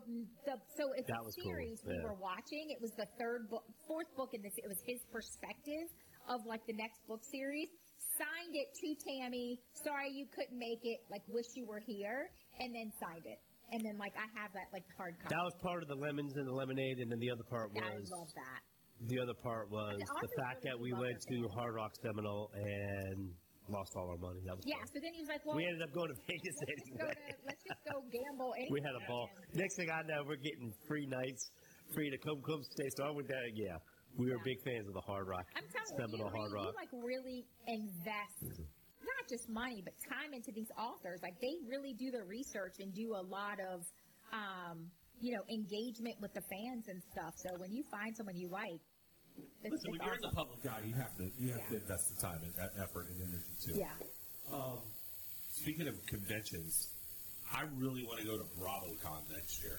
[SPEAKER 3] the so it's
[SPEAKER 5] That
[SPEAKER 3] a
[SPEAKER 5] was cool,
[SPEAKER 3] series we
[SPEAKER 5] yeah.
[SPEAKER 3] were watching. It was the third book, fourth book in this. It was his perspective of like the next book series. Signed it to Tammy. Sorry you couldn't make it. Like wish you were here, and then signed it. And then like I have that like hard copy.
[SPEAKER 5] That was part of the lemons and the lemonade, and then the other part
[SPEAKER 3] I
[SPEAKER 5] was
[SPEAKER 3] love that.
[SPEAKER 5] the other part was
[SPEAKER 3] The
[SPEAKER 5] the
[SPEAKER 3] author's
[SPEAKER 5] fact that we
[SPEAKER 3] really
[SPEAKER 5] went
[SPEAKER 3] love
[SPEAKER 5] to Hard Rock Seminole and lost all our money. That was
[SPEAKER 3] Yeah.
[SPEAKER 5] fun.
[SPEAKER 3] So then he was like, well.
[SPEAKER 5] We ended up going to Vegas
[SPEAKER 3] Let's just, go
[SPEAKER 5] anyway.
[SPEAKER 3] to, let's just go gamble. Anyway.
[SPEAKER 5] We had a ball. Next thing I know, we're getting free nights, free to come come stay. So I went down. Yeah, we were
[SPEAKER 3] Yeah.
[SPEAKER 5] big fans of the Hard Rock,
[SPEAKER 3] I'm telling you, I
[SPEAKER 5] Seminole
[SPEAKER 3] mean,
[SPEAKER 5] Hard Rock.
[SPEAKER 3] you like really invest not just money but time into these authors. Like they really do their research and do a lot of, um, you know, engagement with the fans and stuff. So when you find someone you like,
[SPEAKER 2] Listen,
[SPEAKER 3] it's,
[SPEAKER 2] when
[SPEAKER 3] it's
[SPEAKER 2] you're in
[SPEAKER 3] awesome.
[SPEAKER 2] the public
[SPEAKER 6] guy, you have to you have to
[SPEAKER 3] Yeah.
[SPEAKER 6] invest the time and e- effort and energy too.
[SPEAKER 3] yeah,
[SPEAKER 6] Speaking of conventions, I really want to go to BravoCon next year.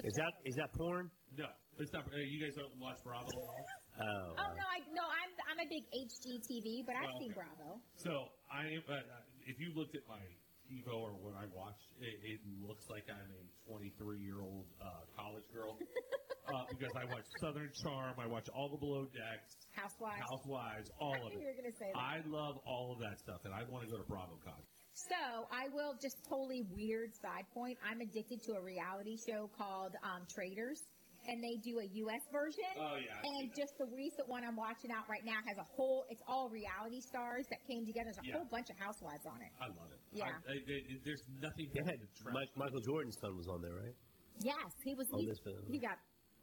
[SPEAKER 5] Is that is that porn?
[SPEAKER 2] No. It's not uh, you guys don't watch Bravo at all?
[SPEAKER 5] Oh,
[SPEAKER 3] Oh no, I no, I'm I'm a big HGTV, but I've
[SPEAKER 2] Well,
[SPEAKER 3] seen
[SPEAKER 2] okay.
[SPEAKER 3] Bravo.
[SPEAKER 2] So I am. Uh, if you looked at my TiVo or what I watched, it, it looks like I'm a 23 year old uh, college girl uh, because I watch Southern Charm, I watch all the Below Decks,
[SPEAKER 3] Housewives.
[SPEAKER 2] Housewives, all
[SPEAKER 3] I
[SPEAKER 2] of
[SPEAKER 3] knew
[SPEAKER 2] it.
[SPEAKER 3] you were going to say that.
[SPEAKER 2] I love all of that stuff, and I want to go to BravoCon.
[SPEAKER 3] So I will just totally weird side point. I'm addicted to a reality show called um, Traders, and they do a U.S. version.
[SPEAKER 2] Oh, yeah, I've seen
[SPEAKER 3] And
[SPEAKER 2] that.
[SPEAKER 3] just the recent one I'm watching out right now has a whole. It's all reality stars that came together. There's a
[SPEAKER 2] Yeah.
[SPEAKER 3] whole bunch of housewives on it.
[SPEAKER 2] I love it.
[SPEAKER 3] Yeah.
[SPEAKER 2] I, I, I- there's nothing.
[SPEAKER 5] They had
[SPEAKER 2] to detract
[SPEAKER 5] Mike, Michael Jordan's son was on there, right?
[SPEAKER 3] Yes, he was.
[SPEAKER 5] Oh,
[SPEAKER 3] He,
[SPEAKER 5] this film.
[SPEAKER 3] he got.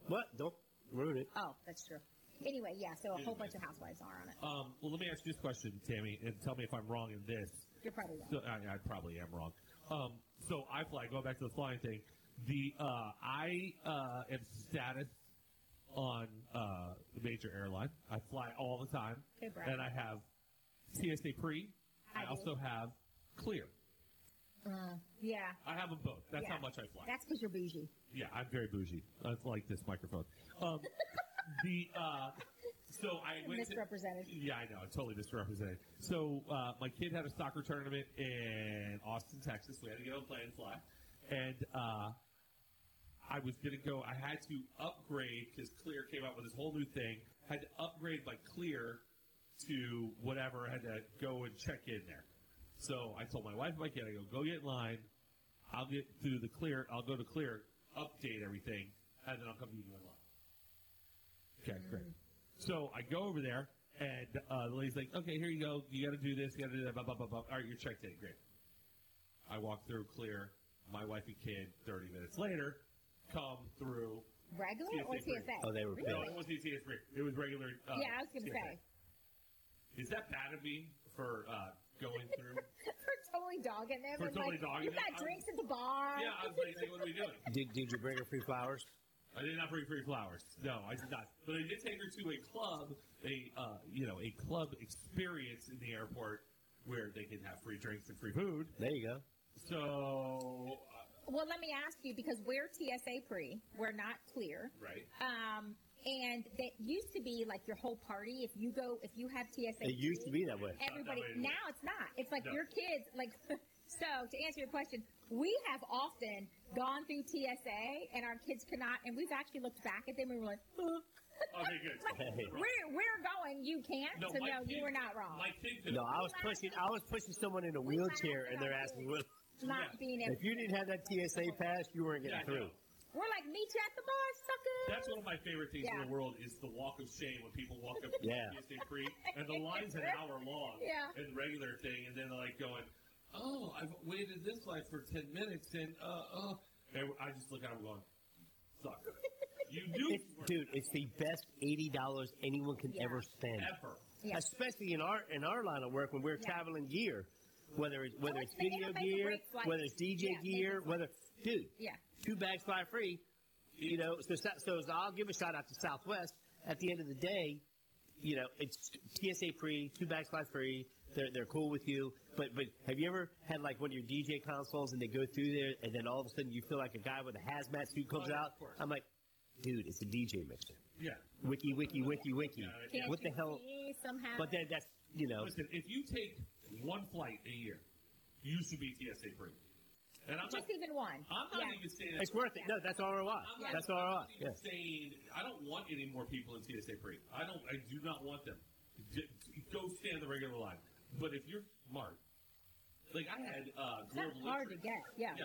[SPEAKER 5] What? Don't ruin it.
[SPEAKER 3] Oh, that's true. Anyway, yeah. So a whole
[SPEAKER 2] Anyway.
[SPEAKER 3] bunch of housewives are on it.
[SPEAKER 2] Um, well, let me ask you this question, Tammy, and tell me if I'm wrong in this.
[SPEAKER 3] You're probably right.
[SPEAKER 2] So, I, I probably am wrong. Um, so I fly. Going back to the flying thing, the uh, I uh, am status on uh, the major airline. I fly all the time,
[SPEAKER 3] Good, Brad.
[SPEAKER 2] and I have TSA pre.
[SPEAKER 3] I
[SPEAKER 2] I,
[SPEAKER 3] do.
[SPEAKER 2] also have clear.
[SPEAKER 3] yeah.
[SPEAKER 2] I have them both. That's
[SPEAKER 3] Yeah.
[SPEAKER 2] how much I fly.
[SPEAKER 3] That's because you're bougie.
[SPEAKER 2] Yeah, I'm very bougie. I like this microphone. Um, the uh, so I went to,
[SPEAKER 3] Misrepresented.
[SPEAKER 2] Yeah, I know. I totally misrepresented. So uh, my kid had a soccer tournament in Austin, Texas. We had to get on a plane and fly, and uh, I was gonna go. I had to upgrade because Clear came out with this whole new thing. Had to upgrade my Clear to whatever. I had to go and check in there. So I told my wife and my kid, I go, go get in line. I'll get through the clear. I'll go to clear, update everything, and then I'll come to you in line. Okay,
[SPEAKER 3] Mm.
[SPEAKER 2] great. So I go over there, and uh, the lady's like, okay, here you go. You got to do this. You got to do that. Blah, blah, blah, blah. All right, you're checked in. Great. I walk through clear. My wife and kid, 30 minutes later, come through. TSA
[SPEAKER 3] Regular or
[SPEAKER 2] free.
[SPEAKER 3] TSA?
[SPEAKER 5] Oh, they were
[SPEAKER 3] Really?
[SPEAKER 2] No, it wasn't even TS3. It was regular. Uh,
[SPEAKER 3] yeah, I was going to
[SPEAKER 2] TSA.
[SPEAKER 3] say.
[SPEAKER 2] Is that bad of me for uh, going through?
[SPEAKER 3] For totally dogging them.
[SPEAKER 2] For
[SPEAKER 3] and
[SPEAKER 2] totally
[SPEAKER 3] like,
[SPEAKER 2] dogging
[SPEAKER 3] You
[SPEAKER 2] them.
[SPEAKER 3] got
[SPEAKER 2] I'm-
[SPEAKER 3] drinks at the bar.
[SPEAKER 2] yeah, I was like, what are we doing?
[SPEAKER 5] Did, did you bring her free flowers?
[SPEAKER 2] I did not bring free flowers. No, I did not. But I did take her to a club, a uh, you know, a club experience in the airport where they can have free drinks and free food.
[SPEAKER 5] There you go.
[SPEAKER 2] So, uh,
[SPEAKER 3] Well, let me ask you because we're TSA pre, we're not clear.
[SPEAKER 2] right?
[SPEAKER 3] Um, and that used to be like your whole party. If you go, if you have TSA,
[SPEAKER 5] It used to be that way.
[SPEAKER 3] Everybody
[SPEAKER 2] Not that way
[SPEAKER 3] now it's not. It's like
[SPEAKER 2] No.
[SPEAKER 3] your kids. Like so. To answer your question, we have often gone through TSA and our kids could not. And we've actually looked back at them and we're like,
[SPEAKER 2] Okay, good.
[SPEAKER 3] we're we're going. You can't. so
[SPEAKER 2] my
[SPEAKER 3] no,
[SPEAKER 2] kid-
[SPEAKER 3] you were not wrong.
[SPEAKER 2] My kid could
[SPEAKER 5] No, I was pushing. I was pushing someone in a wheelchair, and they're asking, "Well,
[SPEAKER 3] not
[SPEAKER 2] yeah.
[SPEAKER 3] being able.
[SPEAKER 5] if you didn't have that TSA pass, you weren't
[SPEAKER 2] Yeah, I
[SPEAKER 5] getting through."
[SPEAKER 2] know.
[SPEAKER 3] we're like meet you at the bar, sucker.
[SPEAKER 2] That's one of my favorite things
[SPEAKER 3] Yeah.
[SPEAKER 2] in the world is the walk of shame when people walk up to
[SPEAKER 5] Yeah.
[SPEAKER 2] the TSA pre and the line's an hour long
[SPEAKER 3] Yeah.
[SPEAKER 2] and regular thing and then they're like going, Oh, I've waited this line for ten minutes and uh uh and I just look at him going, Sucker. You knew
[SPEAKER 5] It's,
[SPEAKER 2] you were
[SPEAKER 5] dude, it's the best eighty dollars anyone can
[SPEAKER 3] Yeah.
[SPEAKER 5] ever spend.
[SPEAKER 2] ever.
[SPEAKER 3] Yeah.
[SPEAKER 5] Especially in our in our line of work when we're
[SPEAKER 3] Yeah.
[SPEAKER 5] traveling gear, whether it's whether
[SPEAKER 3] Oh,
[SPEAKER 5] it's
[SPEAKER 3] it's making
[SPEAKER 5] video
[SPEAKER 3] up paper
[SPEAKER 5] gear,
[SPEAKER 3] weights, like-
[SPEAKER 5] whether it's DJ
[SPEAKER 3] yeah, making
[SPEAKER 5] gear, whether dude,
[SPEAKER 3] Yeah.
[SPEAKER 5] two bags fly free. You know, so so so I'll give a shout out to Southwest. At the end of the day, you know, it's TSA free, two bags fly free. They're they're cool with you. But but have you ever had like one of your DJ consoles and they go through there and then all of a sudden you feel like a guy with a hazmat suit
[SPEAKER 2] Oh,
[SPEAKER 5] comes
[SPEAKER 2] yeah,
[SPEAKER 5] out?
[SPEAKER 2] of course.
[SPEAKER 5] I'm like, dude, it's a DJ mixer.
[SPEAKER 2] Yeah.
[SPEAKER 5] Wiki, wiki, wiki, wiki.
[SPEAKER 3] Can't
[SPEAKER 5] What the
[SPEAKER 3] you
[SPEAKER 5] hell?
[SPEAKER 3] see Somehow.
[SPEAKER 5] But then that's you know,
[SPEAKER 2] Listen, if you take one flight a year, you should be TSA pre. And I'm not
[SPEAKER 3] just even one.
[SPEAKER 2] I'm not
[SPEAKER 3] yeah.
[SPEAKER 2] even saying
[SPEAKER 5] it's worth it. No, that's ROI.
[SPEAKER 2] I'm
[SPEAKER 3] Yeah.
[SPEAKER 2] not-
[SPEAKER 5] That's
[SPEAKER 2] I'm
[SPEAKER 5] ROI.
[SPEAKER 2] not even
[SPEAKER 5] Yeah.
[SPEAKER 2] saying I don't want any more people in TSA pre. I don't. I do not want them. D- go stand the regular line. But if you're smart, like I had uh,
[SPEAKER 3] It's not
[SPEAKER 2] global
[SPEAKER 3] hard to
[SPEAKER 2] entry.
[SPEAKER 3] get. Yeah.
[SPEAKER 2] Yeah.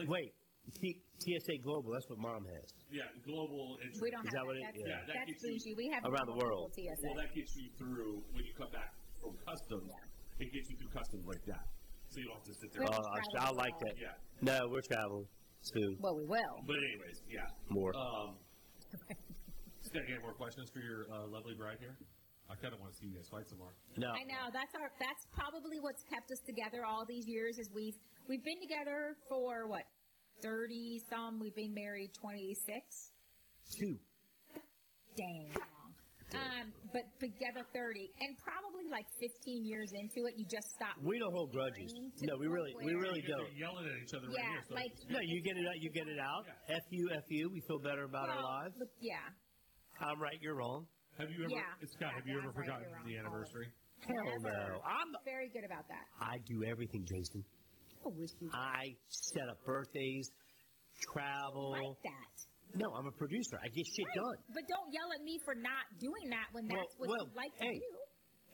[SPEAKER 2] Like,
[SPEAKER 5] Wait, T- TSA Global. That's what mom has.
[SPEAKER 2] Yeah, global entry.
[SPEAKER 3] We don't have
[SPEAKER 5] Is that what it-
[SPEAKER 3] That's,
[SPEAKER 5] yeah.
[SPEAKER 2] Yeah, that
[SPEAKER 3] that's
[SPEAKER 2] gets you-
[SPEAKER 3] bougie. We have
[SPEAKER 5] Around the
[SPEAKER 3] multiple
[SPEAKER 5] world.
[SPEAKER 3] TSA.
[SPEAKER 2] Well, that gets you through when you come back from customs. It gets you through customs like that, so you don't have to sit there.
[SPEAKER 3] Well-
[SPEAKER 5] Oh, I, I like that.
[SPEAKER 2] Yeah.
[SPEAKER 5] No, we're traveling soon.
[SPEAKER 3] Well, we will.
[SPEAKER 2] But anyways, yeah.
[SPEAKER 5] More.
[SPEAKER 3] Uh,
[SPEAKER 2] Um, got any more questions for your uh, lovely bride here? I kind of want to see you guys fight some more.
[SPEAKER 5] No.
[SPEAKER 3] I know that's our. That's probably what's kept us together all these years. Is we've we've been together for what thirty some. We've been married twenty six.
[SPEAKER 5] Two.
[SPEAKER 3] Dang. Um, but together thirty, and probably like fifteen years into it, you just stop.
[SPEAKER 5] We don't hold grudges. No, we really, we
[SPEAKER 2] You
[SPEAKER 5] really
[SPEAKER 2] guys
[SPEAKER 5] don't.
[SPEAKER 2] are yelling at each other
[SPEAKER 3] yeah,
[SPEAKER 2] right here. So
[SPEAKER 3] like
[SPEAKER 5] No, you get it out. You get it out. F you, F you. We feel better about our
[SPEAKER 3] well,
[SPEAKER 5] lives.
[SPEAKER 3] Yeah,
[SPEAKER 5] I'm right. You're wrong.
[SPEAKER 2] Have you ever,
[SPEAKER 3] Yeah.
[SPEAKER 2] Scott? Have you
[SPEAKER 3] Yeah,
[SPEAKER 2] ever
[SPEAKER 3] I'm right,
[SPEAKER 2] forgotten
[SPEAKER 3] you're
[SPEAKER 2] the
[SPEAKER 3] wrong.
[SPEAKER 2] anniversary?
[SPEAKER 5] Hell no. I'm,
[SPEAKER 3] Very good about that.
[SPEAKER 5] I do everything, Jason.
[SPEAKER 3] I wish you
[SPEAKER 5] I set up birthdays, travel.
[SPEAKER 3] like that.
[SPEAKER 5] No, I'm a producer. I get shit done.
[SPEAKER 3] But don't yell at me for not doing that when
[SPEAKER 5] Well,
[SPEAKER 3] that's what
[SPEAKER 5] well,
[SPEAKER 3] you like
[SPEAKER 5] hey.
[SPEAKER 3] to do,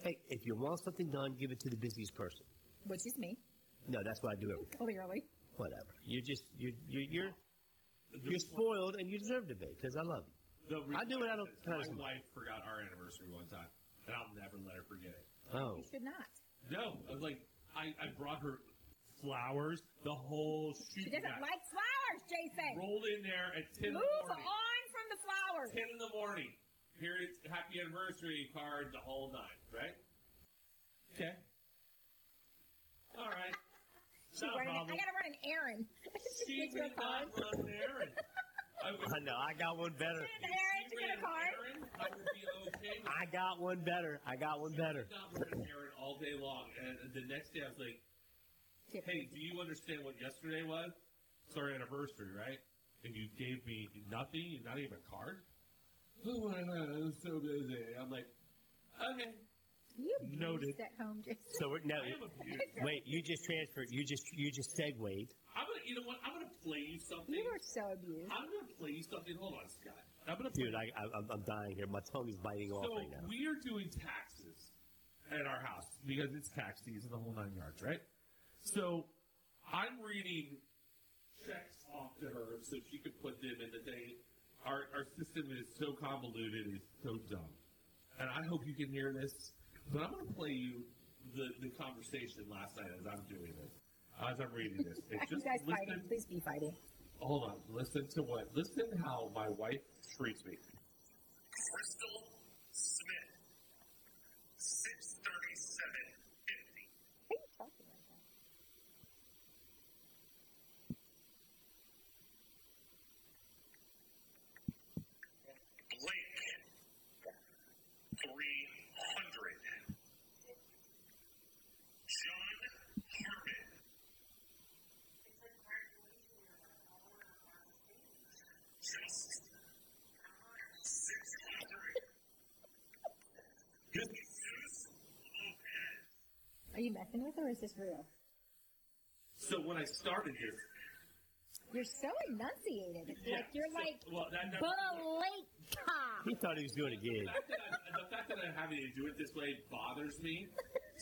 [SPEAKER 5] Hey, if you want something done, give it to the busiest person.
[SPEAKER 3] which is me,
[SPEAKER 5] No, that's what I do everything.
[SPEAKER 3] clearly.
[SPEAKER 5] Whatever. You're just you're you're you're, you're spoiled, and you deserve to be because I love you.
[SPEAKER 2] The
[SPEAKER 5] I do it, I don't-
[SPEAKER 2] reason is
[SPEAKER 5] I don't-
[SPEAKER 2] My wife forgot our anniversary one time, and I'll never let her forget it.
[SPEAKER 5] Oh,
[SPEAKER 3] You should not.
[SPEAKER 2] No, I was like, I, I brought her flowers, the whole shoot.
[SPEAKER 3] She doesn't
[SPEAKER 2] guy.
[SPEAKER 3] like flowers, Jason.
[SPEAKER 2] Rolled in there at ten in the
[SPEAKER 3] Move
[SPEAKER 2] morning.
[SPEAKER 3] on from the flowers.
[SPEAKER 2] Ten in the morning. Here it's happy anniversary card, the whole nine, right? Okay. All right.
[SPEAKER 3] She
[SPEAKER 2] Not a
[SPEAKER 3] ran an- I
[SPEAKER 2] problem.
[SPEAKER 3] gotta run an errand.
[SPEAKER 2] She
[SPEAKER 3] Get
[SPEAKER 2] did
[SPEAKER 3] you a
[SPEAKER 2] not
[SPEAKER 3] card.
[SPEAKER 2] run an errand. I would,
[SPEAKER 5] I know. I got one better.
[SPEAKER 3] An errand
[SPEAKER 2] she
[SPEAKER 3] to get
[SPEAKER 2] ran
[SPEAKER 3] a
[SPEAKER 2] an
[SPEAKER 3] card.
[SPEAKER 2] errand, I would be okay with
[SPEAKER 5] I got one better. I got one better.
[SPEAKER 2] not wearing Aaron all day long, and the next day I was like, "Hey, do you understand what yesterday was? It's our anniversary, right? And you gave me nothing, not even a card. Oh my god, I'm so busy." I'm like, "Okay,
[SPEAKER 3] You
[SPEAKER 5] Noted.
[SPEAKER 3] beast at home, Jason.
[SPEAKER 5] So we're, no,
[SPEAKER 2] I am abused.
[SPEAKER 5] wait. You just transferred. You just you just segued.
[SPEAKER 2] I'm gonna, you know what? I'm gonna play you something.
[SPEAKER 3] You are so abused.
[SPEAKER 2] I'm gonna play you something. Hold on, Scott. I'm gonna play
[SPEAKER 5] Dude, I, I, I'm- I'm dying here. My tongue is biting off
[SPEAKER 2] So
[SPEAKER 5] right now.
[SPEAKER 2] we are doing taxes at our house because it's tax season, the whole nine yards, right? So I'm reading checks off to her so she could put them in the thing. Our, our system is so convoluted, it's so dumb. And I hope you can hear this, but I'm going to play you the, the conversation last night as I'm doing this, as I'm reading this. And
[SPEAKER 3] you
[SPEAKER 2] just
[SPEAKER 3] guys
[SPEAKER 2] listen,
[SPEAKER 3] fighting? Please be fighting.
[SPEAKER 2] hold on, listen to what, listen how my wife treats me.
[SPEAKER 7] Crystal Smith, six thirty-seven fifty.
[SPEAKER 3] Why are you talking like that?
[SPEAKER 7] Blake, three hundred. John Herman. Just six hundred. Jesus Lopez.
[SPEAKER 3] Are you messing with her or is this real?
[SPEAKER 2] So when I started this,
[SPEAKER 3] You're so enunciated. It's
[SPEAKER 2] Yeah,
[SPEAKER 3] like you're
[SPEAKER 2] so-
[SPEAKER 3] like
[SPEAKER 2] well, that, that,
[SPEAKER 3] Baleka.
[SPEAKER 5] He thought he was doing
[SPEAKER 2] the
[SPEAKER 5] a gig.
[SPEAKER 2] fact that I'm, the fact that I'm having to do it this way bothers me.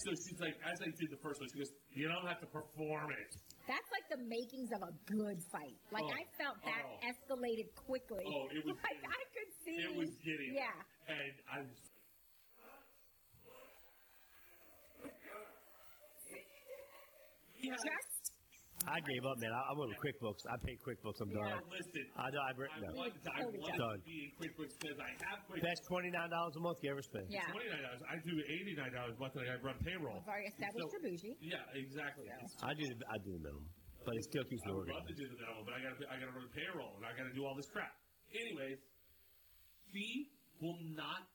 [SPEAKER 2] So she's like, as I did the first one, she goes, "You don't have to perform it."
[SPEAKER 3] That's like the makings of a good fight. Like
[SPEAKER 2] Oh,
[SPEAKER 3] I felt that
[SPEAKER 2] oh.
[SPEAKER 3] escalated quickly.
[SPEAKER 2] Oh, it was
[SPEAKER 3] like
[SPEAKER 2] getting-
[SPEAKER 3] I could see.
[SPEAKER 2] It was getting,
[SPEAKER 3] Yeah.
[SPEAKER 2] And I was, yeah.
[SPEAKER 3] Just
[SPEAKER 5] I gave up, man. I, I went with QuickBooks. I paid QuickBooks. I'm
[SPEAKER 2] Now
[SPEAKER 5] done.
[SPEAKER 2] listen, I,
[SPEAKER 5] I, I, re- Uh, no.
[SPEAKER 2] want, I
[SPEAKER 3] Totally
[SPEAKER 2] want
[SPEAKER 5] done.
[SPEAKER 2] to be in QuickBooks because I have QuickBooks.
[SPEAKER 5] Best twenty nine dollars a month you ever spent.
[SPEAKER 3] yeah.
[SPEAKER 2] Twenty nine dollars. I do eighty nine dollars monthly. I run payroll.
[SPEAKER 3] I've already established
[SPEAKER 2] So-
[SPEAKER 3] you're bougie.
[SPEAKER 2] Yeah, exactly.
[SPEAKER 5] I do. The, I do the minimum, but it still keeps
[SPEAKER 2] I
[SPEAKER 5] me
[SPEAKER 2] would
[SPEAKER 5] organized.
[SPEAKER 2] love to do the minimum, but I gotta I gotta run payroll and I gotta do all this crap. Anyways, she will not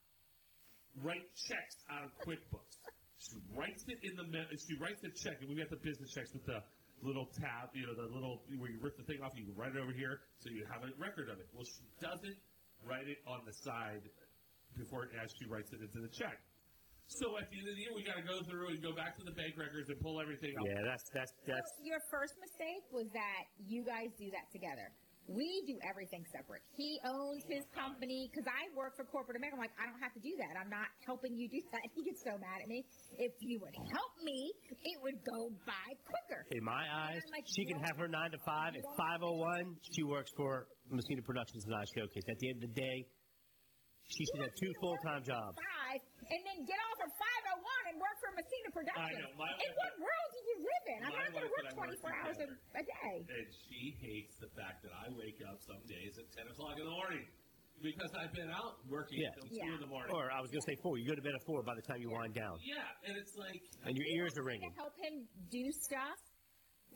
[SPEAKER 2] write checks out of QuickBooks. She writes it in the ma- she writes the check, and we got the business checks with the little tab, you know, the little where you rip the thing off, you write it over here, so you have a record of it. Well, she doesn't write it on the side before as she writes it into the check. So at the end of the year, we got to go through and go back to the bank records and pull everything out.
[SPEAKER 5] Yeah, that's that's that's.
[SPEAKER 3] So your first mistake was that you guys do that together. We do everything separate. He owns his
[SPEAKER 2] Oh
[SPEAKER 3] company because I work for corporate America. I'm like, I don't have to do that. I'm not helping you do that. He gets so mad at me. If you would help me, it would go by quicker.
[SPEAKER 5] In my eyes,
[SPEAKER 3] I'm like,
[SPEAKER 5] she can
[SPEAKER 3] what?
[SPEAKER 5] have her nine to five at five oh one. She works for Messina Productions and I Showcase. At the end of the day, she should have two full time jobs.
[SPEAKER 3] Five, and then get off at 501 and work for Messina Productions.
[SPEAKER 2] I know, my-
[SPEAKER 3] in what world do you live in? I'm
[SPEAKER 2] My
[SPEAKER 3] not going to
[SPEAKER 2] wife and
[SPEAKER 3] work
[SPEAKER 2] I work
[SPEAKER 3] 24 hours a,
[SPEAKER 2] together.
[SPEAKER 3] a day.
[SPEAKER 2] And she hates the fact that I wake up some days at 10 o'clock in the morning because I've been out working
[SPEAKER 5] Yeah.
[SPEAKER 2] until
[SPEAKER 3] Yeah.
[SPEAKER 2] 2 in the morning.
[SPEAKER 5] Or I was gonna say four. You go to bed at four by the time you wind down,
[SPEAKER 2] yeah, and it's like,
[SPEAKER 5] and your ears are
[SPEAKER 3] to
[SPEAKER 5] ringing.
[SPEAKER 3] help him do stuff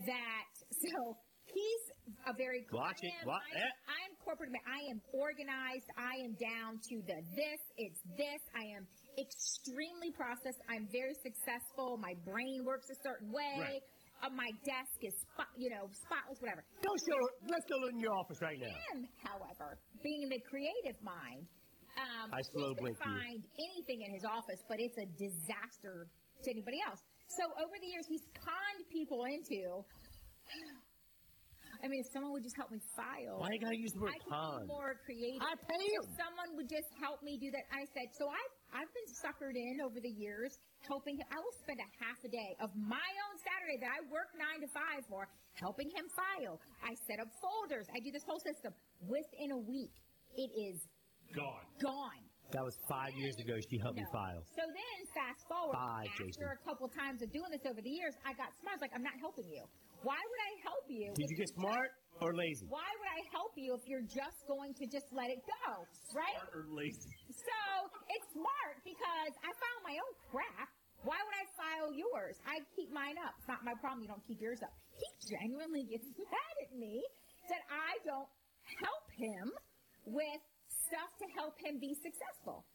[SPEAKER 3] that so he's a very
[SPEAKER 5] Watch it.
[SPEAKER 3] I am,
[SPEAKER 5] Watch
[SPEAKER 3] I am,
[SPEAKER 5] it.
[SPEAKER 3] I am corporate ma- I am organized I am down to the this it's this I am extremely processed I'm very successful my brain works a certain way
[SPEAKER 2] Right.
[SPEAKER 3] uh, my desk is spot, you know spotless whatever
[SPEAKER 5] Go show. Let's go in your office right now.
[SPEAKER 3] him, however, being the creative mind, Um,
[SPEAKER 5] I slow
[SPEAKER 3] he can
[SPEAKER 5] blink you.
[SPEAKER 3] find anything in his office, but it's a disaster to anybody else. So over the years, he's conned people into. I mean, if someone would just help me file,
[SPEAKER 5] Why you gotta use the word
[SPEAKER 3] I could
[SPEAKER 5] con?
[SPEAKER 3] be more creative.
[SPEAKER 5] I pay
[SPEAKER 3] If
[SPEAKER 5] him.
[SPEAKER 3] someone would just help me do that, I said. So I've I've been suckered in over the years, helping him. I will spend a half a day of my own Saturday that I work nine to five for, helping him file. I set up folders. I do this whole system. Within a week, it is
[SPEAKER 2] Gone.
[SPEAKER 3] gone.
[SPEAKER 5] That was five years ago. She helped me
[SPEAKER 3] No.
[SPEAKER 5] file.
[SPEAKER 3] So then, fast forward,
[SPEAKER 5] Bye,
[SPEAKER 3] after
[SPEAKER 5] Jason.
[SPEAKER 3] a couple times of doing this over the years, I got smart. I was like, I'm not helping you. Why would I help you?
[SPEAKER 5] Did
[SPEAKER 3] if
[SPEAKER 5] you get
[SPEAKER 3] just-
[SPEAKER 5] smart or lazy?
[SPEAKER 3] Why would I help you if you're just going to just let it go, right?
[SPEAKER 2] Or lazy.
[SPEAKER 3] So it's smart because I file my own crap. Why would I file yours? I keep mine up. It's not my problem. You don't keep yours up. He genuinely gets mad at me that I don't help him with stuff to help him be successful.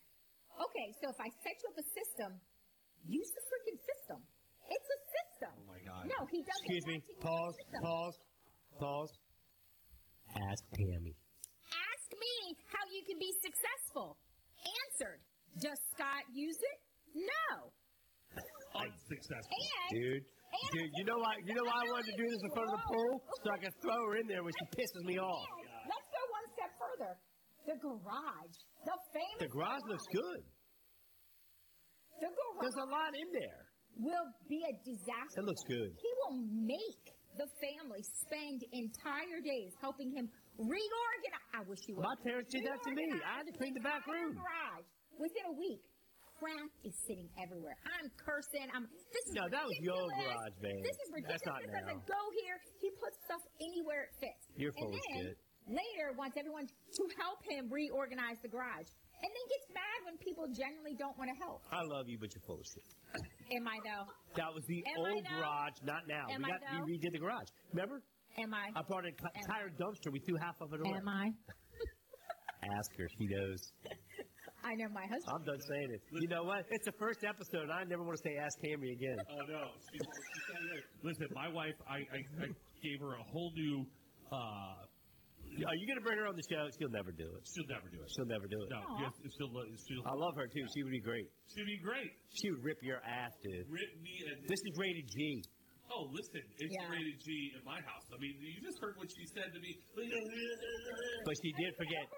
[SPEAKER 3] Okay, so if I set you up a system, use the freaking system. It's a system.
[SPEAKER 2] Oh my God.
[SPEAKER 3] No, he doesn't.
[SPEAKER 5] Excuse me.
[SPEAKER 3] want to use the
[SPEAKER 5] Pause.
[SPEAKER 3] system.
[SPEAKER 5] Pause. Pause. Ask Tammy.
[SPEAKER 3] Ask me how you can be successful. Answered. Does Scott use it? No.
[SPEAKER 2] Unsuccessful.
[SPEAKER 3] And
[SPEAKER 5] Dude.
[SPEAKER 3] and
[SPEAKER 5] Dude, you know why? You know why I wanted to do this in front of the pool so I could throw her in there when she pisses me off.
[SPEAKER 3] and let's go one step further. The garage. The famous
[SPEAKER 5] The garage looks good.
[SPEAKER 3] The garage
[SPEAKER 5] There's a lot in there.
[SPEAKER 3] will be a disaster.
[SPEAKER 5] It looks good.
[SPEAKER 3] He will make the family spend entire days helping him reorganize. I wish you would.
[SPEAKER 5] My parents did that to me. I had to clean the back room.
[SPEAKER 3] Garage. Within a week, crap is sitting everywhere. I'm cursing. I'm. This is
[SPEAKER 5] No, that was your
[SPEAKER 3] ridiculous.
[SPEAKER 5] garage, man.
[SPEAKER 3] This is ridiculous.
[SPEAKER 5] That's not
[SPEAKER 3] This doesn't
[SPEAKER 5] now.
[SPEAKER 3] go here. He puts stuff anywhere it fits.
[SPEAKER 5] You're
[SPEAKER 3] and
[SPEAKER 5] full of
[SPEAKER 3] then,
[SPEAKER 5] shit.
[SPEAKER 3] Later, wants everyone to help him reorganize the garage, and then gets mad when people generally don't want to help.
[SPEAKER 5] I love you, but you're full of shit.
[SPEAKER 3] Am I though?
[SPEAKER 5] That was the
[SPEAKER 3] Am I
[SPEAKER 5] old
[SPEAKER 3] though?
[SPEAKER 5] garage, not now.
[SPEAKER 3] Am
[SPEAKER 5] we
[SPEAKER 3] I
[SPEAKER 5] got
[SPEAKER 3] though?
[SPEAKER 5] we redid the garage. Remember?
[SPEAKER 3] Am I?
[SPEAKER 5] I brought an entire dumpster. We threw half of it away.
[SPEAKER 3] Am I?
[SPEAKER 5] Ask her. She knows.
[SPEAKER 3] I know my husband.
[SPEAKER 5] I'm done saying it. You know what? It's the first episode. I never want to say ask Tammy again.
[SPEAKER 2] Oh no. She's, she's not good. Listen, my wife, I, I, I gave her a whole new. Uh,
[SPEAKER 5] Are you going to bring her on the show? She'll never do it.
[SPEAKER 2] she'll never do it.
[SPEAKER 5] She'll never do it.
[SPEAKER 2] no,
[SPEAKER 3] Aw.
[SPEAKER 2] yes, she'll, she'll,
[SPEAKER 5] I love her too. She would be great.
[SPEAKER 2] she'll be great.
[SPEAKER 5] She would rip your ass, dude.
[SPEAKER 2] Rip me a
[SPEAKER 5] This is rated G.
[SPEAKER 2] Oh, listen, it's
[SPEAKER 3] Yeah.
[SPEAKER 2] rated G in my house. I mean, you just heard what she said to me.
[SPEAKER 5] But she did forget.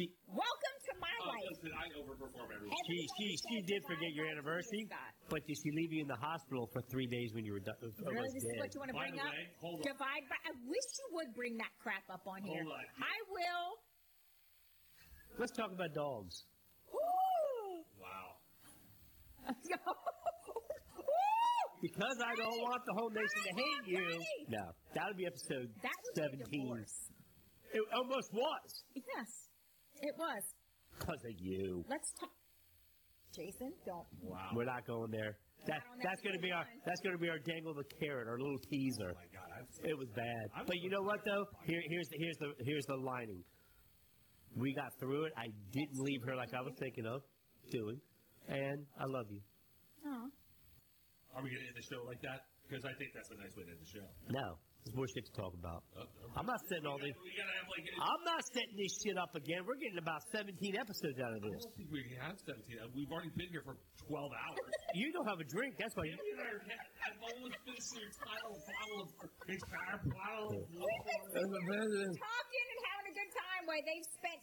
[SPEAKER 5] She,
[SPEAKER 3] Welcome to my
[SPEAKER 2] Oh,
[SPEAKER 3] life.
[SPEAKER 2] listen, I overperform everyone.
[SPEAKER 5] she, she, she did forget your anniversary.
[SPEAKER 2] Oh,
[SPEAKER 5] But did she leave you in the hospital for three days when you were done?
[SPEAKER 3] Really, this is what you want to
[SPEAKER 2] By
[SPEAKER 3] bring
[SPEAKER 2] the
[SPEAKER 3] up?
[SPEAKER 2] way, hold on.
[SPEAKER 3] Divide by. I wish you would bring that crap up on here.
[SPEAKER 2] Hold on.
[SPEAKER 3] I will.
[SPEAKER 5] Let's talk about dogs.
[SPEAKER 3] Ooh.
[SPEAKER 2] Wow.
[SPEAKER 3] Ooh.
[SPEAKER 5] Because I don't want the whole nation to hate you. No, that would be episode
[SPEAKER 3] That was a
[SPEAKER 5] 17.
[SPEAKER 3] divorce.
[SPEAKER 5] It almost was.
[SPEAKER 3] Yes, it was.
[SPEAKER 5] Because of you.
[SPEAKER 3] Let's talk. Jason, don't.
[SPEAKER 2] Wow.
[SPEAKER 5] We're not going there. That,
[SPEAKER 3] Not on that
[SPEAKER 5] that's going to be our
[SPEAKER 3] one.
[SPEAKER 5] that's going to be our dangle the carrot, our little teaser.
[SPEAKER 2] Oh my God. I'm,
[SPEAKER 5] It was bad.
[SPEAKER 2] I'm
[SPEAKER 5] But you know what though? Here, here's the here's the here's the lining. We got through it. I didn't leave her like I was thinking of doing, and I love you.
[SPEAKER 3] Oh.
[SPEAKER 2] are we going to end the show like that? Because I think that's a nice way to end the show. Uh,
[SPEAKER 5] No, there's more shit to talk about. Uh, I'm not setting all this.
[SPEAKER 2] We got to have like. I
[SPEAKER 5] I'm not setting this shit up again. We're getting about 17 episodes out of this.
[SPEAKER 2] don't think we can have 17. We've already been here for 12 hours.
[SPEAKER 5] You don't have a drink. That's why. You,
[SPEAKER 2] I've almost finished the entire bottle of entire bottle of
[SPEAKER 3] Talking and having a good time where they've spent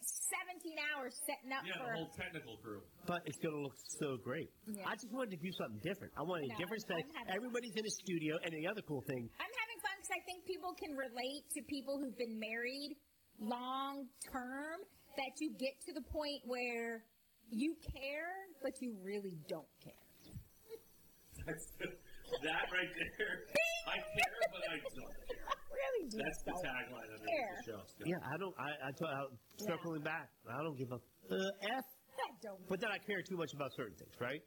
[SPEAKER 3] 17 hours setting up
[SPEAKER 2] Yeah,
[SPEAKER 3] for.
[SPEAKER 2] the whole technical crew.
[SPEAKER 5] but it's gonna look so great.
[SPEAKER 3] Yeah.
[SPEAKER 5] I just wanted to do something different. I wanted
[SPEAKER 3] No,
[SPEAKER 5] a different
[SPEAKER 3] I'm-
[SPEAKER 5] set.
[SPEAKER 3] I'm having-
[SPEAKER 5] Everybody's in a studio, and the other cool thing
[SPEAKER 3] I'm having fun because I think people can relate to people who've been married long term that you get to the point where you care, but you really don't care.
[SPEAKER 2] That's that right there. I care, but I don't.
[SPEAKER 3] really do.
[SPEAKER 2] That's the
[SPEAKER 3] don't.
[SPEAKER 2] tagline of
[SPEAKER 3] care.
[SPEAKER 2] the show.
[SPEAKER 5] Yeah, I don't. I, I, t- I circling back. I don't give a uh, f.
[SPEAKER 3] I don't.
[SPEAKER 5] But then I care too much about certain things, right?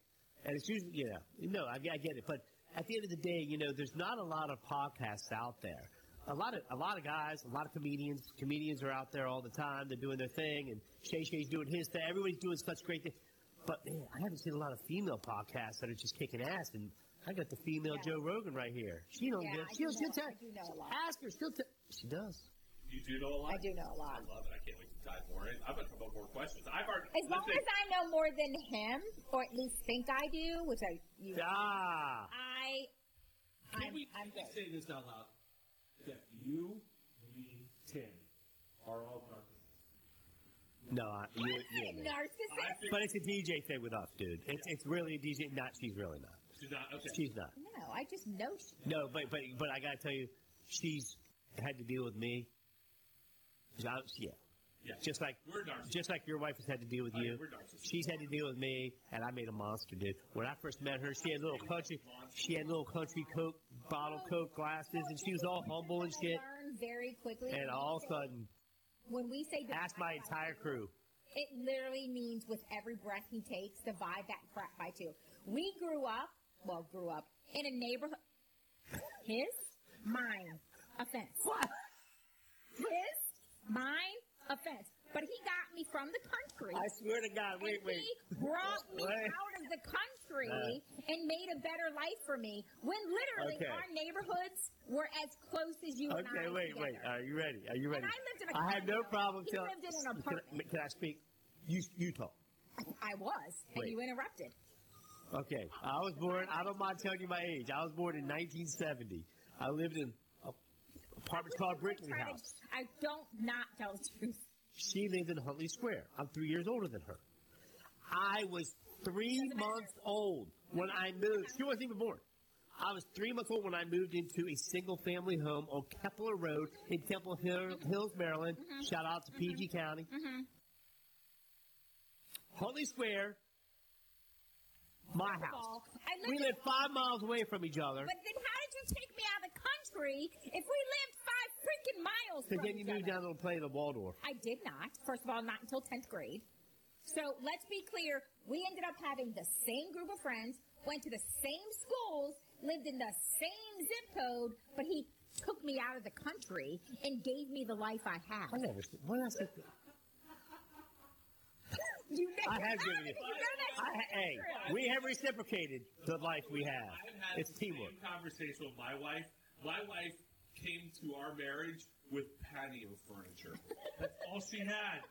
[SPEAKER 5] And it's usually, you know, no, I, I get it. But at the end of the day, you know, there's not a lot of podcasts out there. A lot of a lot of guys, a lot of comedians. Comedians are out there all the time. They're doing their thing, and Shay Shay's doing his thing. Everybody's doing such great things. But man, I haven't seen a lot of female podcasts that are just kicking ass. And I got the female
[SPEAKER 3] Yeah.
[SPEAKER 5] Joe Rogan right here. She don't
[SPEAKER 3] Yeah,
[SPEAKER 5] give.
[SPEAKER 3] I
[SPEAKER 5] She'll,
[SPEAKER 3] do
[SPEAKER 5] she'll
[SPEAKER 3] know-
[SPEAKER 5] tell.
[SPEAKER 3] I do know a lot.
[SPEAKER 5] Ask her. She'll tell. She does.
[SPEAKER 6] You do know a lot.
[SPEAKER 3] I do know a lot.
[SPEAKER 6] I love it. I can't wait to dive more in. I've got a couple more questions. I've already.
[SPEAKER 3] As long
[SPEAKER 6] listen,
[SPEAKER 3] as I know more than him, or at least think I do, which I you,
[SPEAKER 5] Ah,
[SPEAKER 3] I
[SPEAKER 2] Can
[SPEAKER 3] I'm,
[SPEAKER 2] we
[SPEAKER 3] I'm
[SPEAKER 2] can we
[SPEAKER 3] good.
[SPEAKER 2] say this out loud? That you, me, Tim are all narcissists.
[SPEAKER 5] no, I- you, you
[SPEAKER 3] Hey,
[SPEAKER 5] and me.
[SPEAKER 6] I
[SPEAKER 3] narcissist?
[SPEAKER 6] think
[SPEAKER 5] But it's a DJ thing with us, dude. It's it's really a DJ. Not she's really not.
[SPEAKER 6] she's not. Okay.
[SPEAKER 5] She's not.
[SPEAKER 3] No, I just know she,
[SPEAKER 5] No, but but but I gotta tell you, she's had to deal with me. So I-
[SPEAKER 6] Yeah.
[SPEAKER 5] yeah, just like
[SPEAKER 6] We're narcissists.
[SPEAKER 5] just like your wife has had to deal with
[SPEAKER 6] Oh, yeah,
[SPEAKER 5] you.
[SPEAKER 6] we're narcissists.
[SPEAKER 5] She's had to deal with me, and I made a monster, dude. When I first met her, she had little country, she had little country coke bottle coke glasses, and she was all humble and shit.
[SPEAKER 3] Learn very quickly. when
[SPEAKER 5] And
[SPEAKER 3] we
[SPEAKER 5] all of a
[SPEAKER 3] say-
[SPEAKER 5] sudden,
[SPEAKER 3] when we say
[SPEAKER 5] ask
[SPEAKER 3] divide
[SPEAKER 5] my
[SPEAKER 3] by
[SPEAKER 5] entire
[SPEAKER 3] two,
[SPEAKER 5] crew.
[SPEAKER 3] It literally means with every breath he takes, divide that crap by two. We grew up, well, grew up in a neighborhood. His, mine, offense. What? His, mine, offense. But he got me from the country.
[SPEAKER 5] I swear to God, wait,
[SPEAKER 3] and
[SPEAKER 5] wait.
[SPEAKER 3] He brought me
[SPEAKER 5] Wait.
[SPEAKER 3] out of the country and made a better life for me when literally
[SPEAKER 5] Okay.
[SPEAKER 3] our neighborhoods were as close as you and I.
[SPEAKER 5] Okay, wait, wait. Uh,
[SPEAKER 3] together.
[SPEAKER 5] Are you ready? Are you ready?
[SPEAKER 3] I lived in a
[SPEAKER 5] I had no
[SPEAKER 3] condo.
[SPEAKER 5] problem
[SPEAKER 3] He
[SPEAKER 5] telling.
[SPEAKER 3] lived in an
[SPEAKER 5] Can I-
[SPEAKER 3] apartment.
[SPEAKER 5] Can I speak? You, you talk.
[SPEAKER 3] I was, and
[SPEAKER 5] Wait.
[SPEAKER 3] you interrupted.
[SPEAKER 5] Okay, I was born. I don't mind telling you my age. I was born in 1970. I lived in a apartment called Brickley
[SPEAKER 3] Try to-
[SPEAKER 5] House.
[SPEAKER 3] I don't not tell the truth.
[SPEAKER 5] She lived in Huntley Square. I'm three years older than her. I was three
[SPEAKER 3] Doesn't matter.
[SPEAKER 5] months old when I moved. She wasn't even born. I was three months old when I moved into a single family home on Kepler Road in Temple Hill, Hills, Maryland.
[SPEAKER 3] Mm-hmm.
[SPEAKER 5] Shout out to PG County. Huntley Square, my house.
[SPEAKER 3] Paul. I
[SPEAKER 5] We
[SPEAKER 3] lived
[SPEAKER 5] lived five miles away from each other.
[SPEAKER 3] but then how did you take me out of the country if we lived five freaking miles
[SPEAKER 5] But
[SPEAKER 3] from
[SPEAKER 5] then you
[SPEAKER 3] each
[SPEAKER 5] moved
[SPEAKER 3] other?
[SPEAKER 5] down to the play the Waldorf.
[SPEAKER 3] I did not. First of all, not until 10th grade. So let's be clear. We ended up having the same group of friends, went to the same schools, lived in the same zip code, but he took me out of the country and gave me the life I have.
[SPEAKER 5] I never. said- What did I say?
[SPEAKER 3] You never,
[SPEAKER 5] I have given
[SPEAKER 3] did
[SPEAKER 5] you.
[SPEAKER 3] you know that's
[SPEAKER 5] I, hey,
[SPEAKER 3] true?
[SPEAKER 5] we have reciprocated the life we have.
[SPEAKER 6] I've had
[SPEAKER 5] It's
[SPEAKER 6] the Same
[SPEAKER 5] teamwork.
[SPEAKER 6] conversation with my wife. My wife came to our marriage with patio furniture. That's all she had.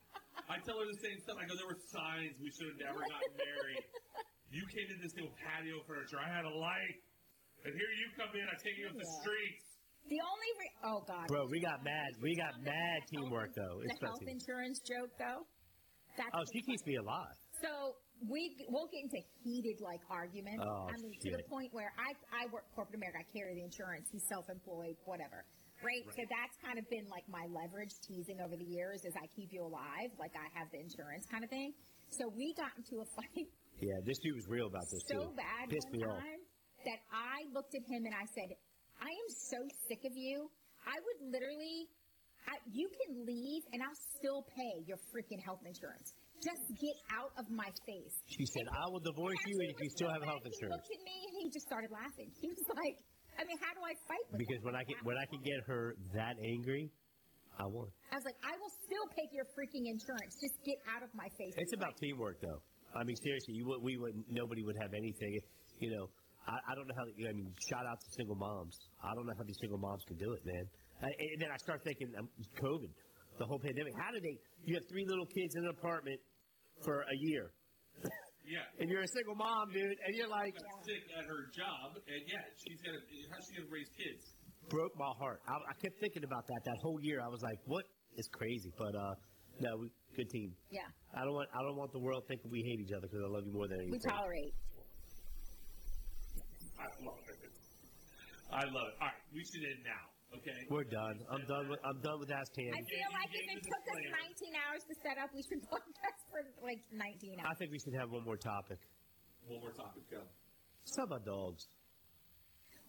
[SPEAKER 6] I tell her the same stuff. I go, there were signs we should have never gotten married. You came in this thing with patio furniture. I had a light, and here you come in. I take you up the
[SPEAKER 3] Yeah.
[SPEAKER 6] streets.
[SPEAKER 3] The only re- oh god,
[SPEAKER 5] Bro, we got mad. We got mad teamwork though.
[SPEAKER 3] the
[SPEAKER 5] It's
[SPEAKER 3] health
[SPEAKER 5] teamwork.
[SPEAKER 3] insurance joke though. That's
[SPEAKER 5] Oh, she keeps me alive.
[SPEAKER 3] so we we'll get into heated like arguments.
[SPEAKER 5] Oh,
[SPEAKER 3] I mean, to the
[SPEAKER 5] shit.
[SPEAKER 3] point where I I work corporate America. I carry the insurance. He's self employed, whatever. Right? So that's kind of been like my leverage teasing over the years is I keep you alive, like I have the insurance kind of thing. So we got into a fight
[SPEAKER 5] Yeah, this dude was real about this
[SPEAKER 3] so
[SPEAKER 5] too.
[SPEAKER 3] bad
[SPEAKER 5] Pissed
[SPEAKER 3] one
[SPEAKER 5] me off.
[SPEAKER 3] time that I looked at him and I said, "I am so sick of you. I would literally, I, you can leave and I'll still pay your freaking health insurance. Just get out of my face."
[SPEAKER 5] She said, "I will divorce you,
[SPEAKER 3] Actually,
[SPEAKER 5] and
[SPEAKER 3] it
[SPEAKER 5] you
[SPEAKER 3] was
[SPEAKER 5] still
[SPEAKER 3] so
[SPEAKER 5] have
[SPEAKER 3] bad,
[SPEAKER 5] health
[SPEAKER 3] He
[SPEAKER 5] insurance."
[SPEAKER 3] looked at me and he just started laughing. He was like, "I mean, how do I fight?" With
[SPEAKER 5] Because
[SPEAKER 3] that?
[SPEAKER 5] when I can when I can get her that angry, I won.
[SPEAKER 3] I was like, "I will still pay your freaking insurance. Just get out of my face."
[SPEAKER 5] It's about teamwork, though. I mean, seriously, you would, we would nobody would have anything. You know, I, I don't know how. I mean, shout out to single moms. I don't know how these single moms can do it, man. I, and then I start thinking, um, COVID, the whole pandemic. How do they? You have three little kids in an apartment for a year,
[SPEAKER 6] Yeah.
[SPEAKER 5] and you're a single mom, dude, and you're like,
[SPEAKER 6] Got Sick at her job, and yeah, she's gonna. How's she gonna raise kids?
[SPEAKER 5] broke my heart. I, I kept thinking about that that whole year. I was like, what is crazy? But uh, no, we, good team.
[SPEAKER 3] yeah,
[SPEAKER 5] I don't want I don't want the world thinking we hate each other because I love you more than anything.
[SPEAKER 3] we tolerate.
[SPEAKER 6] I love it. I love it. All right, we should end now. Okay.
[SPEAKER 5] We're done. I'm done with I'm done with Ask Tammy.
[SPEAKER 3] I feel like if
[SPEAKER 6] gave
[SPEAKER 3] it
[SPEAKER 6] the
[SPEAKER 3] took us
[SPEAKER 6] disclaimer.
[SPEAKER 3] 19 hours to set up, we should podcast for like 19
[SPEAKER 5] I
[SPEAKER 3] hours.
[SPEAKER 5] think we should have one more topic.
[SPEAKER 6] One more topic. Go.
[SPEAKER 5] It's about dogs.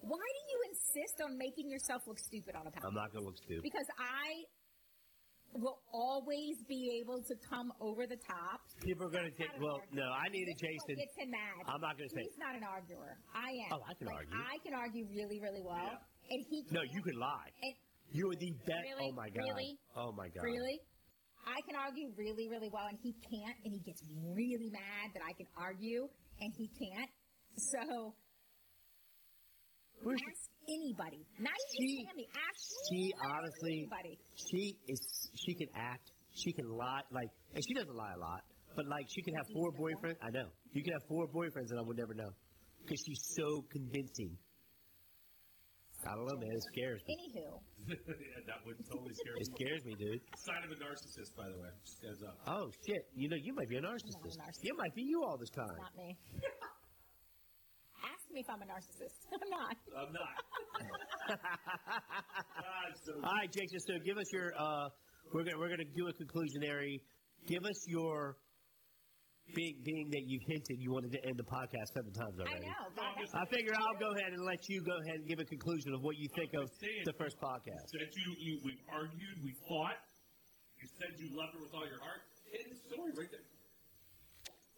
[SPEAKER 3] Why do you insist on making yourself look stupid on a
[SPEAKER 5] I'm
[SPEAKER 3] podcast?
[SPEAKER 5] not gonna look stupid.
[SPEAKER 3] Because I will always be able to come over the top.
[SPEAKER 5] People are gonna take. Well, no, I need a
[SPEAKER 3] This is what
[SPEAKER 5] Jason.
[SPEAKER 3] Gets him mad.
[SPEAKER 5] I'm not gonna say-
[SPEAKER 3] He's not an arguer. I am.
[SPEAKER 5] Oh, I can
[SPEAKER 3] Like,
[SPEAKER 5] argue.
[SPEAKER 3] I can argue really, really well. And he
[SPEAKER 5] No,
[SPEAKER 3] can't.
[SPEAKER 5] you could lie.
[SPEAKER 3] And
[SPEAKER 5] You are the best.
[SPEAKER 3] Really?
[SPEAKER 5] Oh my god.
[SPEAKER 3] Really?
[SPEAKER 5] Oh my god.
[SPEAKER 3] Really? I can argue really, really well, and he can't, and he gets really mad that I can argue, and he can't. So,
[SPEAKER 5] Where's your-
[SPEAKER 3] Ask anybody. Not
[SPEAKER 5] She-
[SPEAKER 3] even Tammy. Ask
[SPEAKER 5] she honestly,
[SPEAKER 3] anybody.
[SPEAKER 5] she is, she can act, she can lie, like, and she doesn't lie a lot, but like, she can have four boyfriends. I know. You can have four boyfriends and I would never know. Because she's so convincing. I don't know, man. It scares me.
[SPEAKER 3] Anywho,
[SPEAKER 2] yeah, that would totally scare me.
[SPEAKER 5] It scares me, dude.
[SPEAKER 2] Sign of a narcissist, by the way. Just heads up.
[SPEAKER 5] Oh, shit. You know, you might be a narcissist.
[SPEAKER 3] narcissist.
[SPEAKER 5] It might be you all this time.
[SPEAKER 3] not me. Ask me if I'm a narcissist. I'm not.
[SPEAKER 2] I'm not. God, so
[SPEAKER 5] All right, Jason. So give us your. Uh, we're gonna we're gonna do a conclusionary. Give us your. Being being that you've hinted you wanted to end the podcast seven times
[SPEAKER 3] I
[SPEAKER 5] already.
[SPEAKER 3] know. God, that's-
[SPEAKER 5] I figure I'll go ahead and let you go ahead and give a conclusion of what you think of
[SPEAKER 2] saying-
[SPEAKER 5] the first podcast.
[SPEAKER 2] said you, you, we argued, we fought. You said you loved her with all your heart. End the story right there.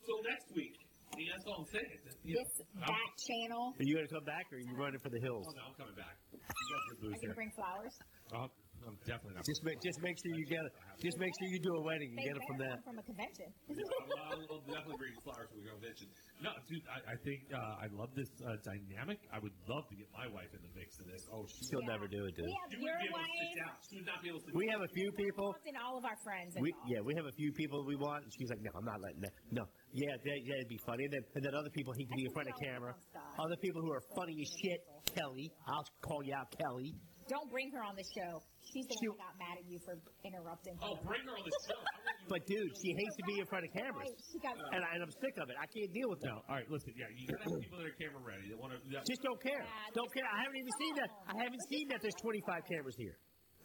[SPEAKER 2] So next week, you guys all saying it. You know,
[SPEAKER 3] this that channel.
[SPEAKER 5] Are you going to come back or are you running for the
[SPEAKER 2] oh,
[SPEAKER 5] hills?
[SPEAKER 2] no, I'm coming back. You guys are
[SPEAKER 3] I can
[SPEAKER 2] losers.
[SPEAKER 3] bring flowers.
[SPEAKER 2] Oh, I'm definitely not.
[SPEAKER 5] Just make just make sure you get it. Just make sure you do a wedding. You
[SPEAKER 3] They
[SPEAKER 5] get it from
[SPEAKER 3] better
[SPEAKER 5] that.
[SPEAKER 3] come From a convention.
[SPEAKER 2] Yeah, I'll, I'll definitely bring flowers to the convention. No, dude, I, I think uh, I love this uh, dynamic. I would love to get my wife in the mix of this. Oh, she,
[SPEAKER 5] She'll
[SPEAKER 3] Yeah.
[SPEAKER 5] never do it, dude.
[SPEAKER 3] We have
[SPEAKER 2] she
[SPEAKER 3] your
[SPEAKER 2] wouldn't be able to sit
[SPEAKER 3] wife
[SPEAKER 2] down. She would not be able to sit
[SPEAKER 5] We have a few people.
[SPEAKER 3] and all of our friends.
[SPEAKER 5] We,
[SPEAKER 3] involved.
[SPEAKER 5] yeah, we have a few people we want. And she's like, no, I'm not letting that. No. Yeah, that, that'd be funny. And then, and then other people, he can be in front of camera. Other people who are funny as shit. Kelly. I'll call you out, Kelly.
[SPEAKER 3] Don't bring her on the show. She's the
[SPEAKER 5] She-
[SPEAKER 3] one who got mad at you for interrupting.
[SPEAKER 2] Oh,
[SPEAKER 3] her.
[SPEAKER 2] bring her on the show. I wouldn't even-
[SPEAKER 5] But, dude, she hates to be in front of cameras. Uh,
[SPEAKER 3] Right, She got
[SPEAKER 5] And, I, and I'm sick of it. I can't deal with that.
[SPEAKER 2] No, all right, listen. Yeah, you gotta have people that are camera ready. That want to. That,
[SPEAKER 5] Just don't care.
[SPEAKER 3] Yeah,
[SPEAKER 5] Don't
[SPEAKER 3] just-
[SPEAKER 5] care. I haven't even seen that. I haven't seen that there's 25 cameras here.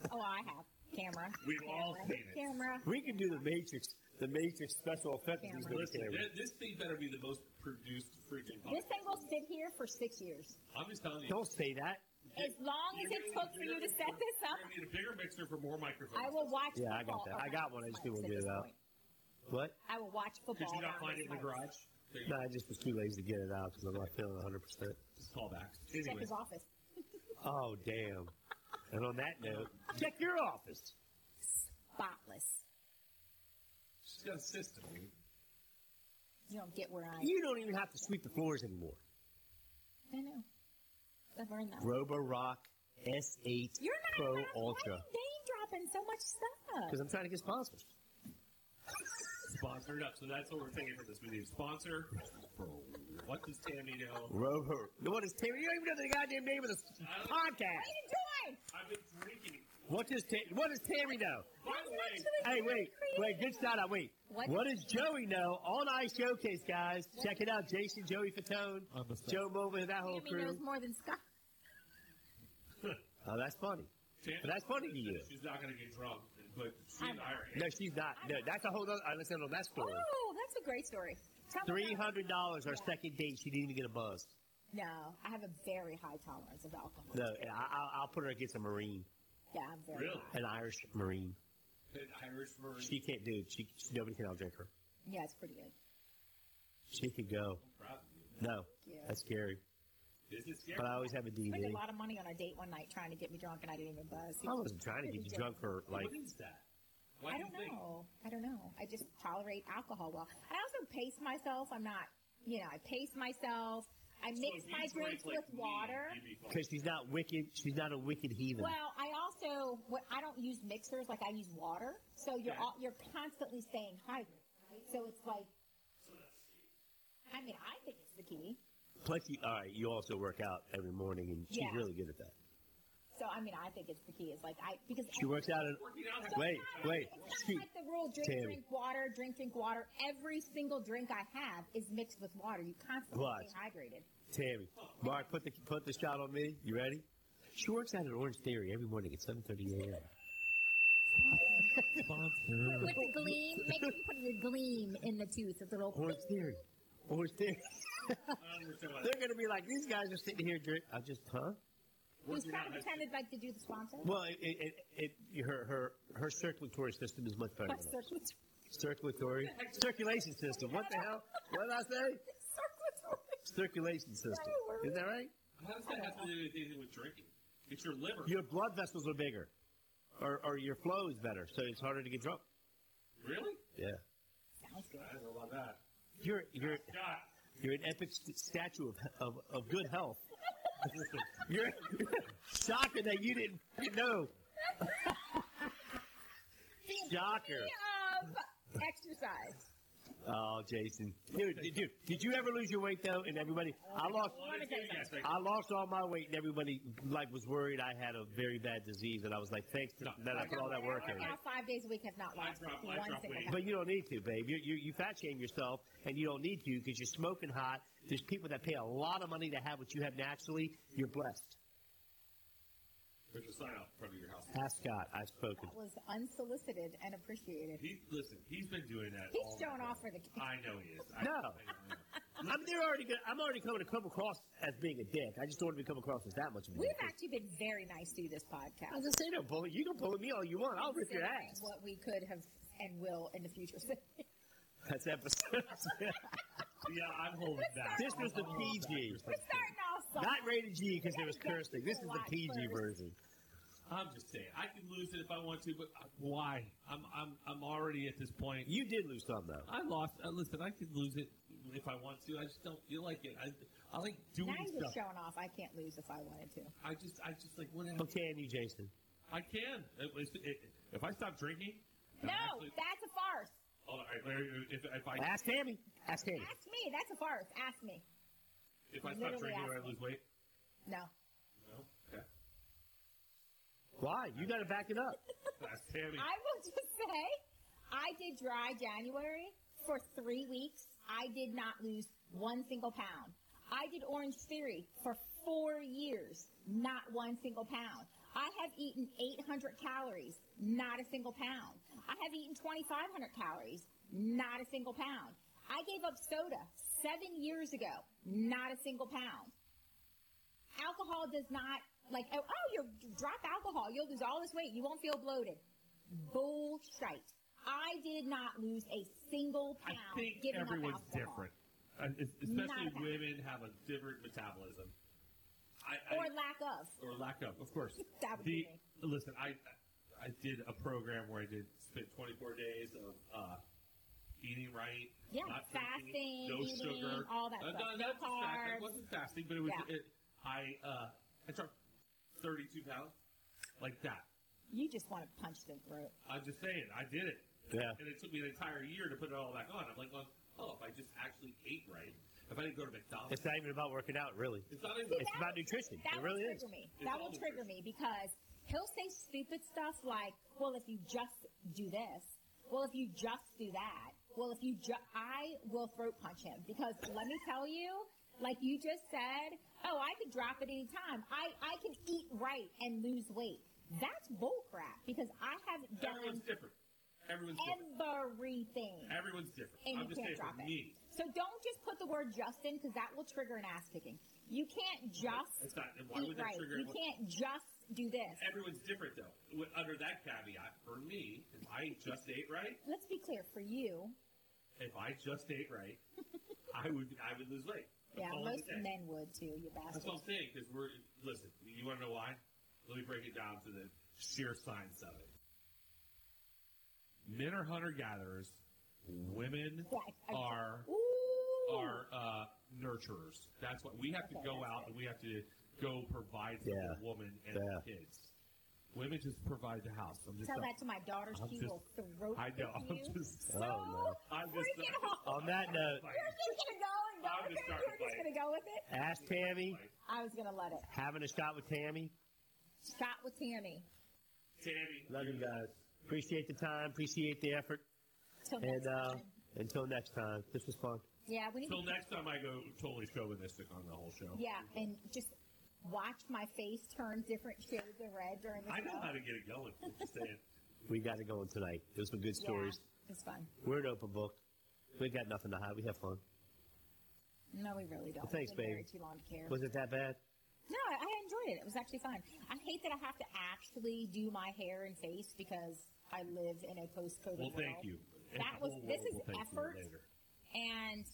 [SPEAKER 3] Oh, I have. Camera.
[SPEAKER 2] We've
[SPEAKER 3] camera.
[SPEAKER 2] all seen it.
[SPEAKER 3] Camera.
[SPEAKER 5] We can do the Matrix, the Matrix special effects.
[SPEAKER 3] Cameras.
[SPEAKER 5] with
[SPEAKER 2] listen,
[SPEAKER 5] these cameras.
[SPEAKER 2] th- this thing better be the most produced freaking.
[SPEAKER 3] This
[SPEAKER 2] Podcast.
[SPEAKER 3] thing will sit here for six years.
[SPEAKER 2] I'm just telling you.
[SPEAKER 5] Don't say that.
[SPEAKER 3] As long as it took for you to set this up,
[SPEAKER 2] I need a bigger mixer for more microphones.
[SPEAKER 3] I will watch
[SPEAKER 5] Yeah, I got
[SPEAKER 3] football.
[SPEAKER 5] that. I
[SPEAKER 3] around
[SPEAKER 5] got one. I
[SPEAKER 3] this
[SPEAKER 5] just didn't
[SPEAKER 3] place
[SPEAKER 5] want
[SPEAKER 3] at
[SPEAKER 5] to get it
[SPEAKER 3] this
[SPEAKER 5] out.
[SPEAKER 3] point.
[SPEAKER 5] What?
[SPEAKER 3] I will watch
[SPEAKER 2] Did
[SPEAKER 3] football.
[SPEAKER 2] you not
[SPEAKER 3] around
[SPEAKER 2] find it
[SPEAKER 3] this
[SPEAKER 2] in the
[SPEAKER 3] place.
[SPEAKER 2] garage? There you
[SPEAKER 5] No,
[SPEAKER 2] go.
[SPEAKER 5] I just was too lazy to get it out because I'm not feeling 100. percent
[SPEAKER 2] Just call back.
[SPEAKER 3] Check
[SPEAKER 2] Anyway,
[SPEAKER 3] his office.
[SPEAKER 5] Oh, damn. And on that note, check your office.
[SPEAKER 3] Spotless.
[SPEAKER 2] she's got a system. dude.
[SPEAKER 3] You don't get where I am.
[SPEAKER 5] You don't even have to sweep the floors anymore.
[SPEAKER 3] I know. I've learned that.
[SPEAKER 5] Roborock S8
[SPEAKER 3] You're not
[SPEAKER 5] Pro
[SPEAKER 3] allowed- Why
[SPEAKER 5] Ultra.
[SPEAKER 3] are you name dropping so much stuff?
[SPEAKER 5] Because I'm trying to get sponsors.
[SPEAKER 2] Sponsored up. So that's what we're thinking for this. We need a sponsor. Bro, what does Tammy know?
[SPEAKER 5] Robo. What is Tammy? You don't even know the goddamn name of the
[SPEAKER 2] I don't-
[SPEAKER 3] What are
[SPEAKER 5] podcast.
[SPEAKER 3] you doing?
[SPEAKER 2] I've been drinking.
[SPEAKER 5] What does Ta- What does Tammy know?
[SPEAKER 2] By the way,
[SPEAKER 5] Hey, wait, wait, good shout out. Wait,
[SPEAKER 3] What-
[SPEAKER 5] what does Joey know? On Ice Showcase, guys, check it out. Jason, Joey Fatone,
[SPEAKER 2] I'm a star.
[SPEAKER 5] Joe Mova, that whole
[SPEAKER 3] Tammy knows
[SPEAKER 5] crew.
[SPEAKER 3] more than Scott.
[SPEAKER 5] Oh, that's funny.
[SPEAKER 2] Tammy-
[SPEAKER 5] But that's funny to you.
[SPEAKER 2] She's not going to get drunk, but she and I are.
[SPEAKER 5] No, she's not. No, that's a whole other. All right, let's end on that story.
[SPEAKER 3] Oh, that's a great story. Tell me about
[SPEAKER 5] Three
[SPEAKER 3] it.
[SPEAKER 5] hundred dollars our second date. She didn't even get a buzz.
[SPEAKER 3] No, I have a very high tolerance of alcohol.
[SPEAKER 5] No, and I, I'll, I'll put her against a Marine,
[SPEAKER 3] Yeah, I'm very.
[SPEAKER 2] Really?
[SPEAKER 5] an Irish Marine.
[SPEAKER 2] An Irish Marine.
[SPEAKER 5] She can't do. it. She, she nobody can outdrink her.
[SPEAKER 3] Yeah, it's pretty good.
[SPEAKER 5] She could go.
[SPEAKER 2] Proud of you.
[SPEAKER 5] No,
[SPEAKER 3] Yeah.
[SPEAKER 5] that's scary.
[SPEAKER 2] Is it scary?
[SPEAKER 5] But I always have a
[SPEAKER 3] Spent
[SPEAKER 5] DVD.
[SPEAKER 3] a lot of money on a date one night trying to get me drunk, and I didn't even buzz.
[SPEAKER 5] I wasn't trying to get you drunk for like.
[SPEAKER 2] what is that? Why
[SPEAKER 3] I
[SPEAKER 2] do
[SPEAKER 3] don't
[SPEAKER 2] you think?
[SPEAKER 3] know. I don't know. I just tolerate alcohol well. I also pace myself. I'm not, you know, I pace myself. I
[SPEAKER 2] So
[SPEAKER 3] mix
[SPEAKER 2] if you
[SPEAKER 3] my
[SPEAKER 2] drink
[SPEAKER 3] drinks
[SPEAKER 2] like
[SPEAKER 3] with
[SPEAKER 2] me,
[SPEAKER 3] water.
[SPEAKER 2] you'd be fine.
[SPEAKER 5] Because she's not wicked. She's not a wicked heathen.
[SPEAKER 3] Well, I also what I don't use mixers like I use water, so you're
[SPEAKER 2] Okay.
[SPEAKER 3] all, you're constantly staying hydrated. So it's like, I mean, I think it's the key.
[SPEAKER 5] Plus, you, all right, you also work out every morning, and she's
[SPEAKER 3] Yeah.
[SPEAKER 5] really good at that.
[SPEAKER 3] So I mean, I think it's the key. Is like I because
[SPEAKER 5] She works out at.
[SPEAKER 2] Working out.
[SPEAKER 5] Wait, wait.
[SPEAKER 3] It's
[SPEAKER 5] She,
[SPEAKER 3] not like the rule drink,
[SPEAKER 5] Tammy.
[SPEAKER 3] drink water, drink, drink water. Every single drink I have is mixed with water. You constantly
[SPEAKER 5] Right.
[SPEAKER 3] stay hydrated.
[SPEAKER 5] Tammy, Mark, put the put the shot on me. You ready? She works out at Orange Theory every morning at 7:30 a.m.
[SPEAKER 3] With the gleam, make sure you put the gleam in the tooth. It's a little.
[SPEAKER 5] Orange Theory, Orange Theory.
[SPEAKER 2] I don't understand why
[SPEAKER 5] They're gonna be like, these guys are sitting here drink. I just, huh?
[SPEAKER 3] Who's
[SPEAKER 2] Working
[SPEAKER 3] trying
[SPEAKER 2] out has-
[SPEAKER 3] to pretend they'd like to do the sponsor?
[SPEAKER 5] Well, it, it, it, it her her her circulatory system is much better than ours.
[SPEAKER 3] Circulatory.
[SPEAKER 5] Circulatory circulation system. What the hell? What did I say? Circulation system. Is that right?
[SPEAKER 2] How does that have to do with anything with drinking? It's your liver.
[SPEAKER 5] Your blood vessels are bigger, or or your flow is better, so it's harder to get drunk.
[SPEAKER 2] Really?
[SPEAKER 5] Yeah.
[SPEAKER 3] Sounds good.
[SPEAKER 2] I don't know about that.
[SPEAKER 5] You're you're
[SPEAKER 2] God.
[SPEAKER 5] you're an epic st- statue of, of of good health. You're shocking that you didn't f- know. Shocker.
[SPEAKER 3] Of exercise.
[SPEAKER 5] Oh, Jason. Dude, did, dude, did you ever lose your weight though? And everybody,
[SPEAKER 2] Oh,
[SPEAKER 5] I lost.
[SPEAKER 2] Yes, I-
[SPEAKER 5] I lost all my weight, and everybody like was worried I had a very bad disease, and I was like, thanks to,
[SPEAKER 2] No,
[SPEAKER 5] that I put all that work
[SPEAKER 3] I work
[SPEAKER 5] in.
[SPEAKER 3] out five days a week, have not
[SPEAKER 2] I
[SPEAKER 3] lost
[SPEAKER 2] drop- I
[SPEAKER 3] one
[SPEAKER 2] drop
[SPEAKER 3] single
[SPEAKER 2] weight.
[SPEAKER 3] pound.
[SPEAKER 5] But you don't need to, babe. You you, you fat shame yourself, and you don't need to because you're smoking hot. There's people that pay a lot of money to have what you have naturally. You're blessed.
[SPEAKER 2] There's a sign out in front of your house.
[SPEAKER 5] Ask God. I've spoken.
[SPEAKER 3] That was unsolicited and appreciated.
[SPEAKER 2] He listen. He's been doing that.
[SPEAKER 3] He's
[SPEAKER 2] all
[SPEAKER 3] showing
[SPEAKER 2] night.
[SPEAKER 3] off for the kids.
[SPEAKER 2] I know he is. I,
[SPEAKER 5] No.
[SPEAKER 2] I know, I know.
[SPEAKER 5] I'm they're already. Gonna, I'm already coming to come across as being a dick. I just don't want to be come across as that much of a dick.
[SPEAKER 3] We've actually been very nice through this podcast.
[SPEAKER 5] I was just saying, don't bully. You can bully me all you want. I'll rip your
[SPEAKER 3] Considering
[SPEAKER 5] ass.
[SPEAKER 3] What we could have and will in the future. We're
[SPEAKER 5] That's episode.
[SPEAKER 2] Yeah, I'm holding back.
[SPEAKER 5] this was the PG,
[SPEAKER 3] starting off soft.
[SPEAKER 5] not rated G, because there was cursing. This is the PG version.
[SPEAKER 2] I'm just saying. I can lose it if I want to, but uh, why? I'm I'm I'm already at this point.
[SPEAKER 5] You did lose some though.
[SPEAKER 2] I lost. Uh, listen, I could lose it if I want to. I just don't feel like it. I, I like doing
[SPEAKER 3] now you're
[SPEAKER 2] stuff.
[SPEAKER 3] showing off. I can't lose if I wanted to.
[SPEAKER 2] I just, I just like whatever.
[SPEAKER 5] How can you, Jason?
[SPEAKER 2] I can. It, it, it, if I stop drinking, I'm
[SPEAKER 3] No,
[SPEAKER 2] actually-
[SPEAKER 3] that's a farce.
[SPEAKER 2] all right, Larry, if, if I
[SPEAKER 5] Ask Tammy. Ask Tammy.
[SPEAKER 3] Ask me. That's a farce. Ask me.
[SPEAKER 2] if I stop drinking, do
[SPEAKER 3] literally
[SPEAKER 2] I
[SPEAKER 3] ask
[SPEAKER 2] lose weight?
[SPEAKER 3] No.
[SPEAKER 2] No. Okay.
[SPEAKER 5] Why? You got to back it up.
[SPEAKER 2] That's Tammy.
[SPEAKER 3] I will just say, I did dry January for three weeks. I did not lose one single pound. I did Orange Theory for four years, not one single pound. I have eaten 800 calories, not a single pound. I have eaten 2,500 calories, not a single pound. I gave up soda seven years ago, not a single pound alcohol does not like oh, oh you drop alcohol you'll lose all this weight you won't feel bloated bullshit i did not lose a single
[SPEAKER 2] I
[SPEAKER 3] pound
[SPEAKER 2] think
[SPEAKER 3] giving up
[SPEAKER 2] everyone's
[SPEAKER 3] alcohol.
[SPEAKER 2] different, Uh, es- especially
[SPEAKER 3] about-
[SPEAKER 2] women have a different metabolism. I, I,
[SPEAKER 3] or lack of
[SPEAKER 2] or lack of, of course.
[SPEAKER 3] That would
[SPEAKER 2] the,
[SPEAKER 3] be me.
[SPEAKER 2] Listen, I I did a program where I did spent 24 days of uh, eating right,
[SPEAKER 3] Yeah,
[SPEAKER 2] not
[SPEAKER 3] fasting,
[SPEAKER 2] drinking, no
[SPEAKER 3] eating,
[SPEAKER 2] sugar,
[SPEAKER 3] all that
[SPEAKER 2] Uh,
[SPEAKER 3] stuff.
[SPEAKER 2] no,
[SPEAKER 3] No
[SPEAKER 2] that's fasting.
[SPEAKER 3] carbs.
[SPEAKER 2] It wasn't fasting, but it was.
[SPEAKER 3] Yeah.
[SPEAKER 2] It, I uh, I dropped 32 pounds, like that.
[SPEAKER 3] you just want to punch the throat
[SPEAKER 2] I'm just saying, I did it.
[SPEAKER 5] Yeah.
[SPEAKER 2] And it took me an entire year to put it all back on. I'm like, going, oh, if I just actually ate right, if I didn't go to McDonald's,
[SPEAKER 5] It's not even about working out, really.
[SPEAKER 2] it's not even.
[SPEAKER 3] See,
[SPEAKER 5] It's
[SPEAKER 3] that
[SPEAKER 5] about
[SPEAKER 3] would-
[SPEAKER 5] nutrition.
[SPEAKER 3] that
[SPEAKER 5] It
[SPEAKER 3] will
[SPEAKER 5] really is.
[SPEAKER 3] trigger me
[SPEAKER 2] It's
[SPEAKER 3] that
[SPEAKER 2] all
[SPEAKER 3] will trigger me
[SPEAKER 2] nutrition.
[SPEAKER 3] because he'll say stupid stuff like well if you just do this well if you just do that well if you just i will throat punch him because let me tell you like you just said oh i could drop it any time i i can eat right and lose weight that's bull crap because i have done
[SPEAKER 2] Everyone's different. Everyone's different.
[SPEAKER 3] everything
[SPEAKER 2] Everyone's different.
[SPEAKER 3] and
[SPEAKER 2] I'm
[SPEAKER 3] you
[SPEAKER 2] just
[SPEAKER 3] can't
[SPEAKER 2] saying
[SPEAKER 3] drop
[SPEAKER 2] for
[SPEAKER 3] it.
[SPEAKER 2] me,
[SPEAKER 3] So don't just put the word just in because that will trigger an ass kicking. You can't just
[SPEAKER 2] It's not- why
[SPEAKER 3] eat
[SPEAKER 2] would that
[SPEAKER 3] right.
[SPEAKER 2] trigger-
[SPEAKER 3] You can't just do this.
[SPEAKER 2] everyone's different though. W- Under that caveat, for me, if I just ate right,
[SPEAKER 3] Let's be clear. For you,
[SPEAKER 2] if I just ate right, I would I would lose weight. That's
[SPEAKER 3] yeah,
[SPEAKER 2] all I'm
[SPEAKER 3] most
[SPEAKER 2] saying.
[SPEAKER 3] men would too. You
[SPEAKER 2] That's what
[SPEAKER 3] bastard.
[SPEAKER 2] I'm saying because we're listen. You want to know why? Let me break it down to the sheer science of it. Men are hunter gatherers. Women
[SPEAKER 3] Yeah, I- I-
[SPEAKER 2] are
[SPEAKER 3] Ooh.
[SPEAKER 2] are uh, nurturers. That's what we have to
[SPEAKER 3] Okay,
[SPEAKER 2] go
[SPEAKER 3] that's
[SPEAKER 2] out
[SPEAKER 3] good.
[SPEAKER 2] and we have to go provide for
[SPEAKER 5] Yeah.
[SPEAKER 2] the woman and the kids. Women just provide the house. I'm just
[SPEAKER 3] Tell
[SPEAKER 2] not-
[SPEAKER 3] that to my daughters.
[SPEAKER 2] I'm
[SPEAKER 3] she
[SPEAKER 2] just-
[SPEAKER 3] will throat
[SPEAKER 2] I know.
[SPEAKER 3] kick
[SPEAKER 2] I'm
[SPEAKER 3] you.
[SPEAKER 2] just-
[SPEAKER 3] so
[SPEAKER 5] Oh, no.
[SPEAKER 2] I'm just-
[SPEAKER 3] freaking hard.
[SPEAKER 5] On that note,
[SPEAKER 3] You're just gonna go and go
[SPEAKER 2] I'm
[SPEAKER 3] with
[SPEAKER 2] just
[SPEAKER 3] it.
[SPEAKER 2] starting
[SPEAKER 3] You're just
[SPEAKER 2] to
[SPEAKER 3] gonna go with it.
[SPEAKER 5] ask Tammy.
[SPEAKER 3] I was gonna let it.
[SPEAKER 5] Having a shot with Tammy.
[SPEAKER 3] Shot with Tammy.
[SPEAKER 2] Tammy,
[SPEAKER 5] Love you guys. Appreciate the time. Appreciate the effort.
[SPEAKER 3] Till
[SPEAKER 5] And
[SPEAKER 3] next
[SPEAKER 5] uh,
[SPEAKER 3] time.
[SPEAKER 5] until next time, this was fun.
[SPEAKER 3] Yeah, we need to
[SPEAKER 2] Till next time, I go totally chauvinistic on the whole show.
[SPEAKER 3] Yeah, and just watch my face turn different shades of red during the
[SPEAKER 2] I know
[SPEAKER 3] show.
[SPEAKER 2] how to get it going. I'm just saying.
[SPEAKER 5] We got it going tonight. There's some good stories.
[SPEAKER 3] Yeah, it's fun.
[SPEAKER 5] We're an open book. We got nothing to hide. We have fun.
[SPEAKER 3] No, we really don't.
[SPEAKER 5] Well, thanks,
[SPEAKER 3] We've been married
[SPEAKER 5] babe.
[SPEAKER 3] Too long to care.
[SPEAKER 5] Was it that bad?
[SPEAKER 3] no, I, I enjoyed it. It was actually fun. I hate that I have to actually do my hair and face because I live in a post-COVID
[SPEAKER 2] Well,
[SPEAKER 3] world.
[SPEAKER 2] thank you. And
[SPEAKER 3] That
[SPEAKER 2] the
[SPEAKER 3] was-
[SPEAKER 2] whole
[SPEAKER 3] this
[SPEAKER 2] world
[SPEAKER 3] is
[SPEAKER 2] will thank you
[SPEAKER 3] effort.
[SPEAKER 2] later.
[SPEAKER 3] And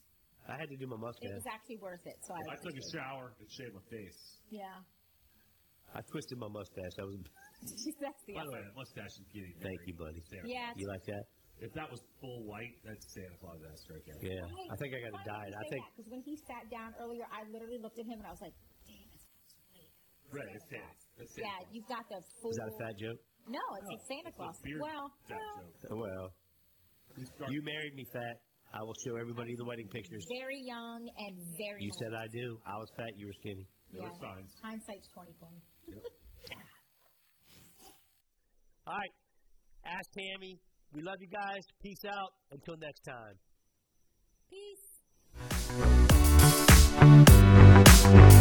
[SPEAKER 5] I had to do my
[SPEAKER 3] it
[SPEAKER 5] mustache.
[SPEAKER 3] was actually worth it. So I,
[SPEAKER 2] I took a
[SPEAKER 3] appreciate it.
[SPEAKER 2] shower and shaved my face.
[SPEAKER 3] Yeah,
[SPEAKER 5] I twisted my mustache. That was.
[SPEAKER 3] that's the
[SPEAKER 2] By the way, that
[SPEAKER 3] effort.
[SPEAKER 2] mustache is getting
[SPEAKER 5] Thank
[SPEAKER 2] very
[SPEAKER 5] you, buddy.
[SPEAKER 2] Santa
[SPEAKER 3] Yeah,
[SPEAKER 5] You like that?
[SPEAKER 2] Claus. If that was full white, that's Santa Claus esque right there.
[SPEAKER 5] Yeah. I think I got to dye it. I think
[SPEAKER 3] because when he sat down earlier, I literally looked at him and I was like, "Damn, it's
[SPEAKER 6] Right,
[SPEAKER 3] Santa
[SPEAKER 6] it's Santa.
[SPEAKER 3] Claus.
[SPEAKER 6] It's Santa
[SPEAKER 3] Yeah,
[SPEAKER 6] Claus.
[SPEAKER 3] you've got the full.
[SPEAKER 5] Is that a fat joke?
[SPEAKER 3] No, Oh, it's a Santa Claus.
[SPEAKER 6] Beard
[SPEAKER 3] Well,
[SPEAKER 6] fat
[SPEAKER 3] well,
[SPEAKER 6] joke.
[SPEAKER 5] Well, you married me fat. I will show everybody the wedding pictures.
[SPEAKER 3] very young and very.
[SPEAKER 5] You
[SPEAKER 3] old.
[SPEAKER 5] said I do. I was fat. You were skinny.
[SPEAKER 6] There were
[SPEAKER 3] Yeah.
[SPEAKER 6] signs.
[SPEAKER 3] Hindsight's twenty twenty.
[SPEAKER 5] All right. Ask Tammy. We love you guys. Peace out. Until next time.
[SPEAKER 3] Peace.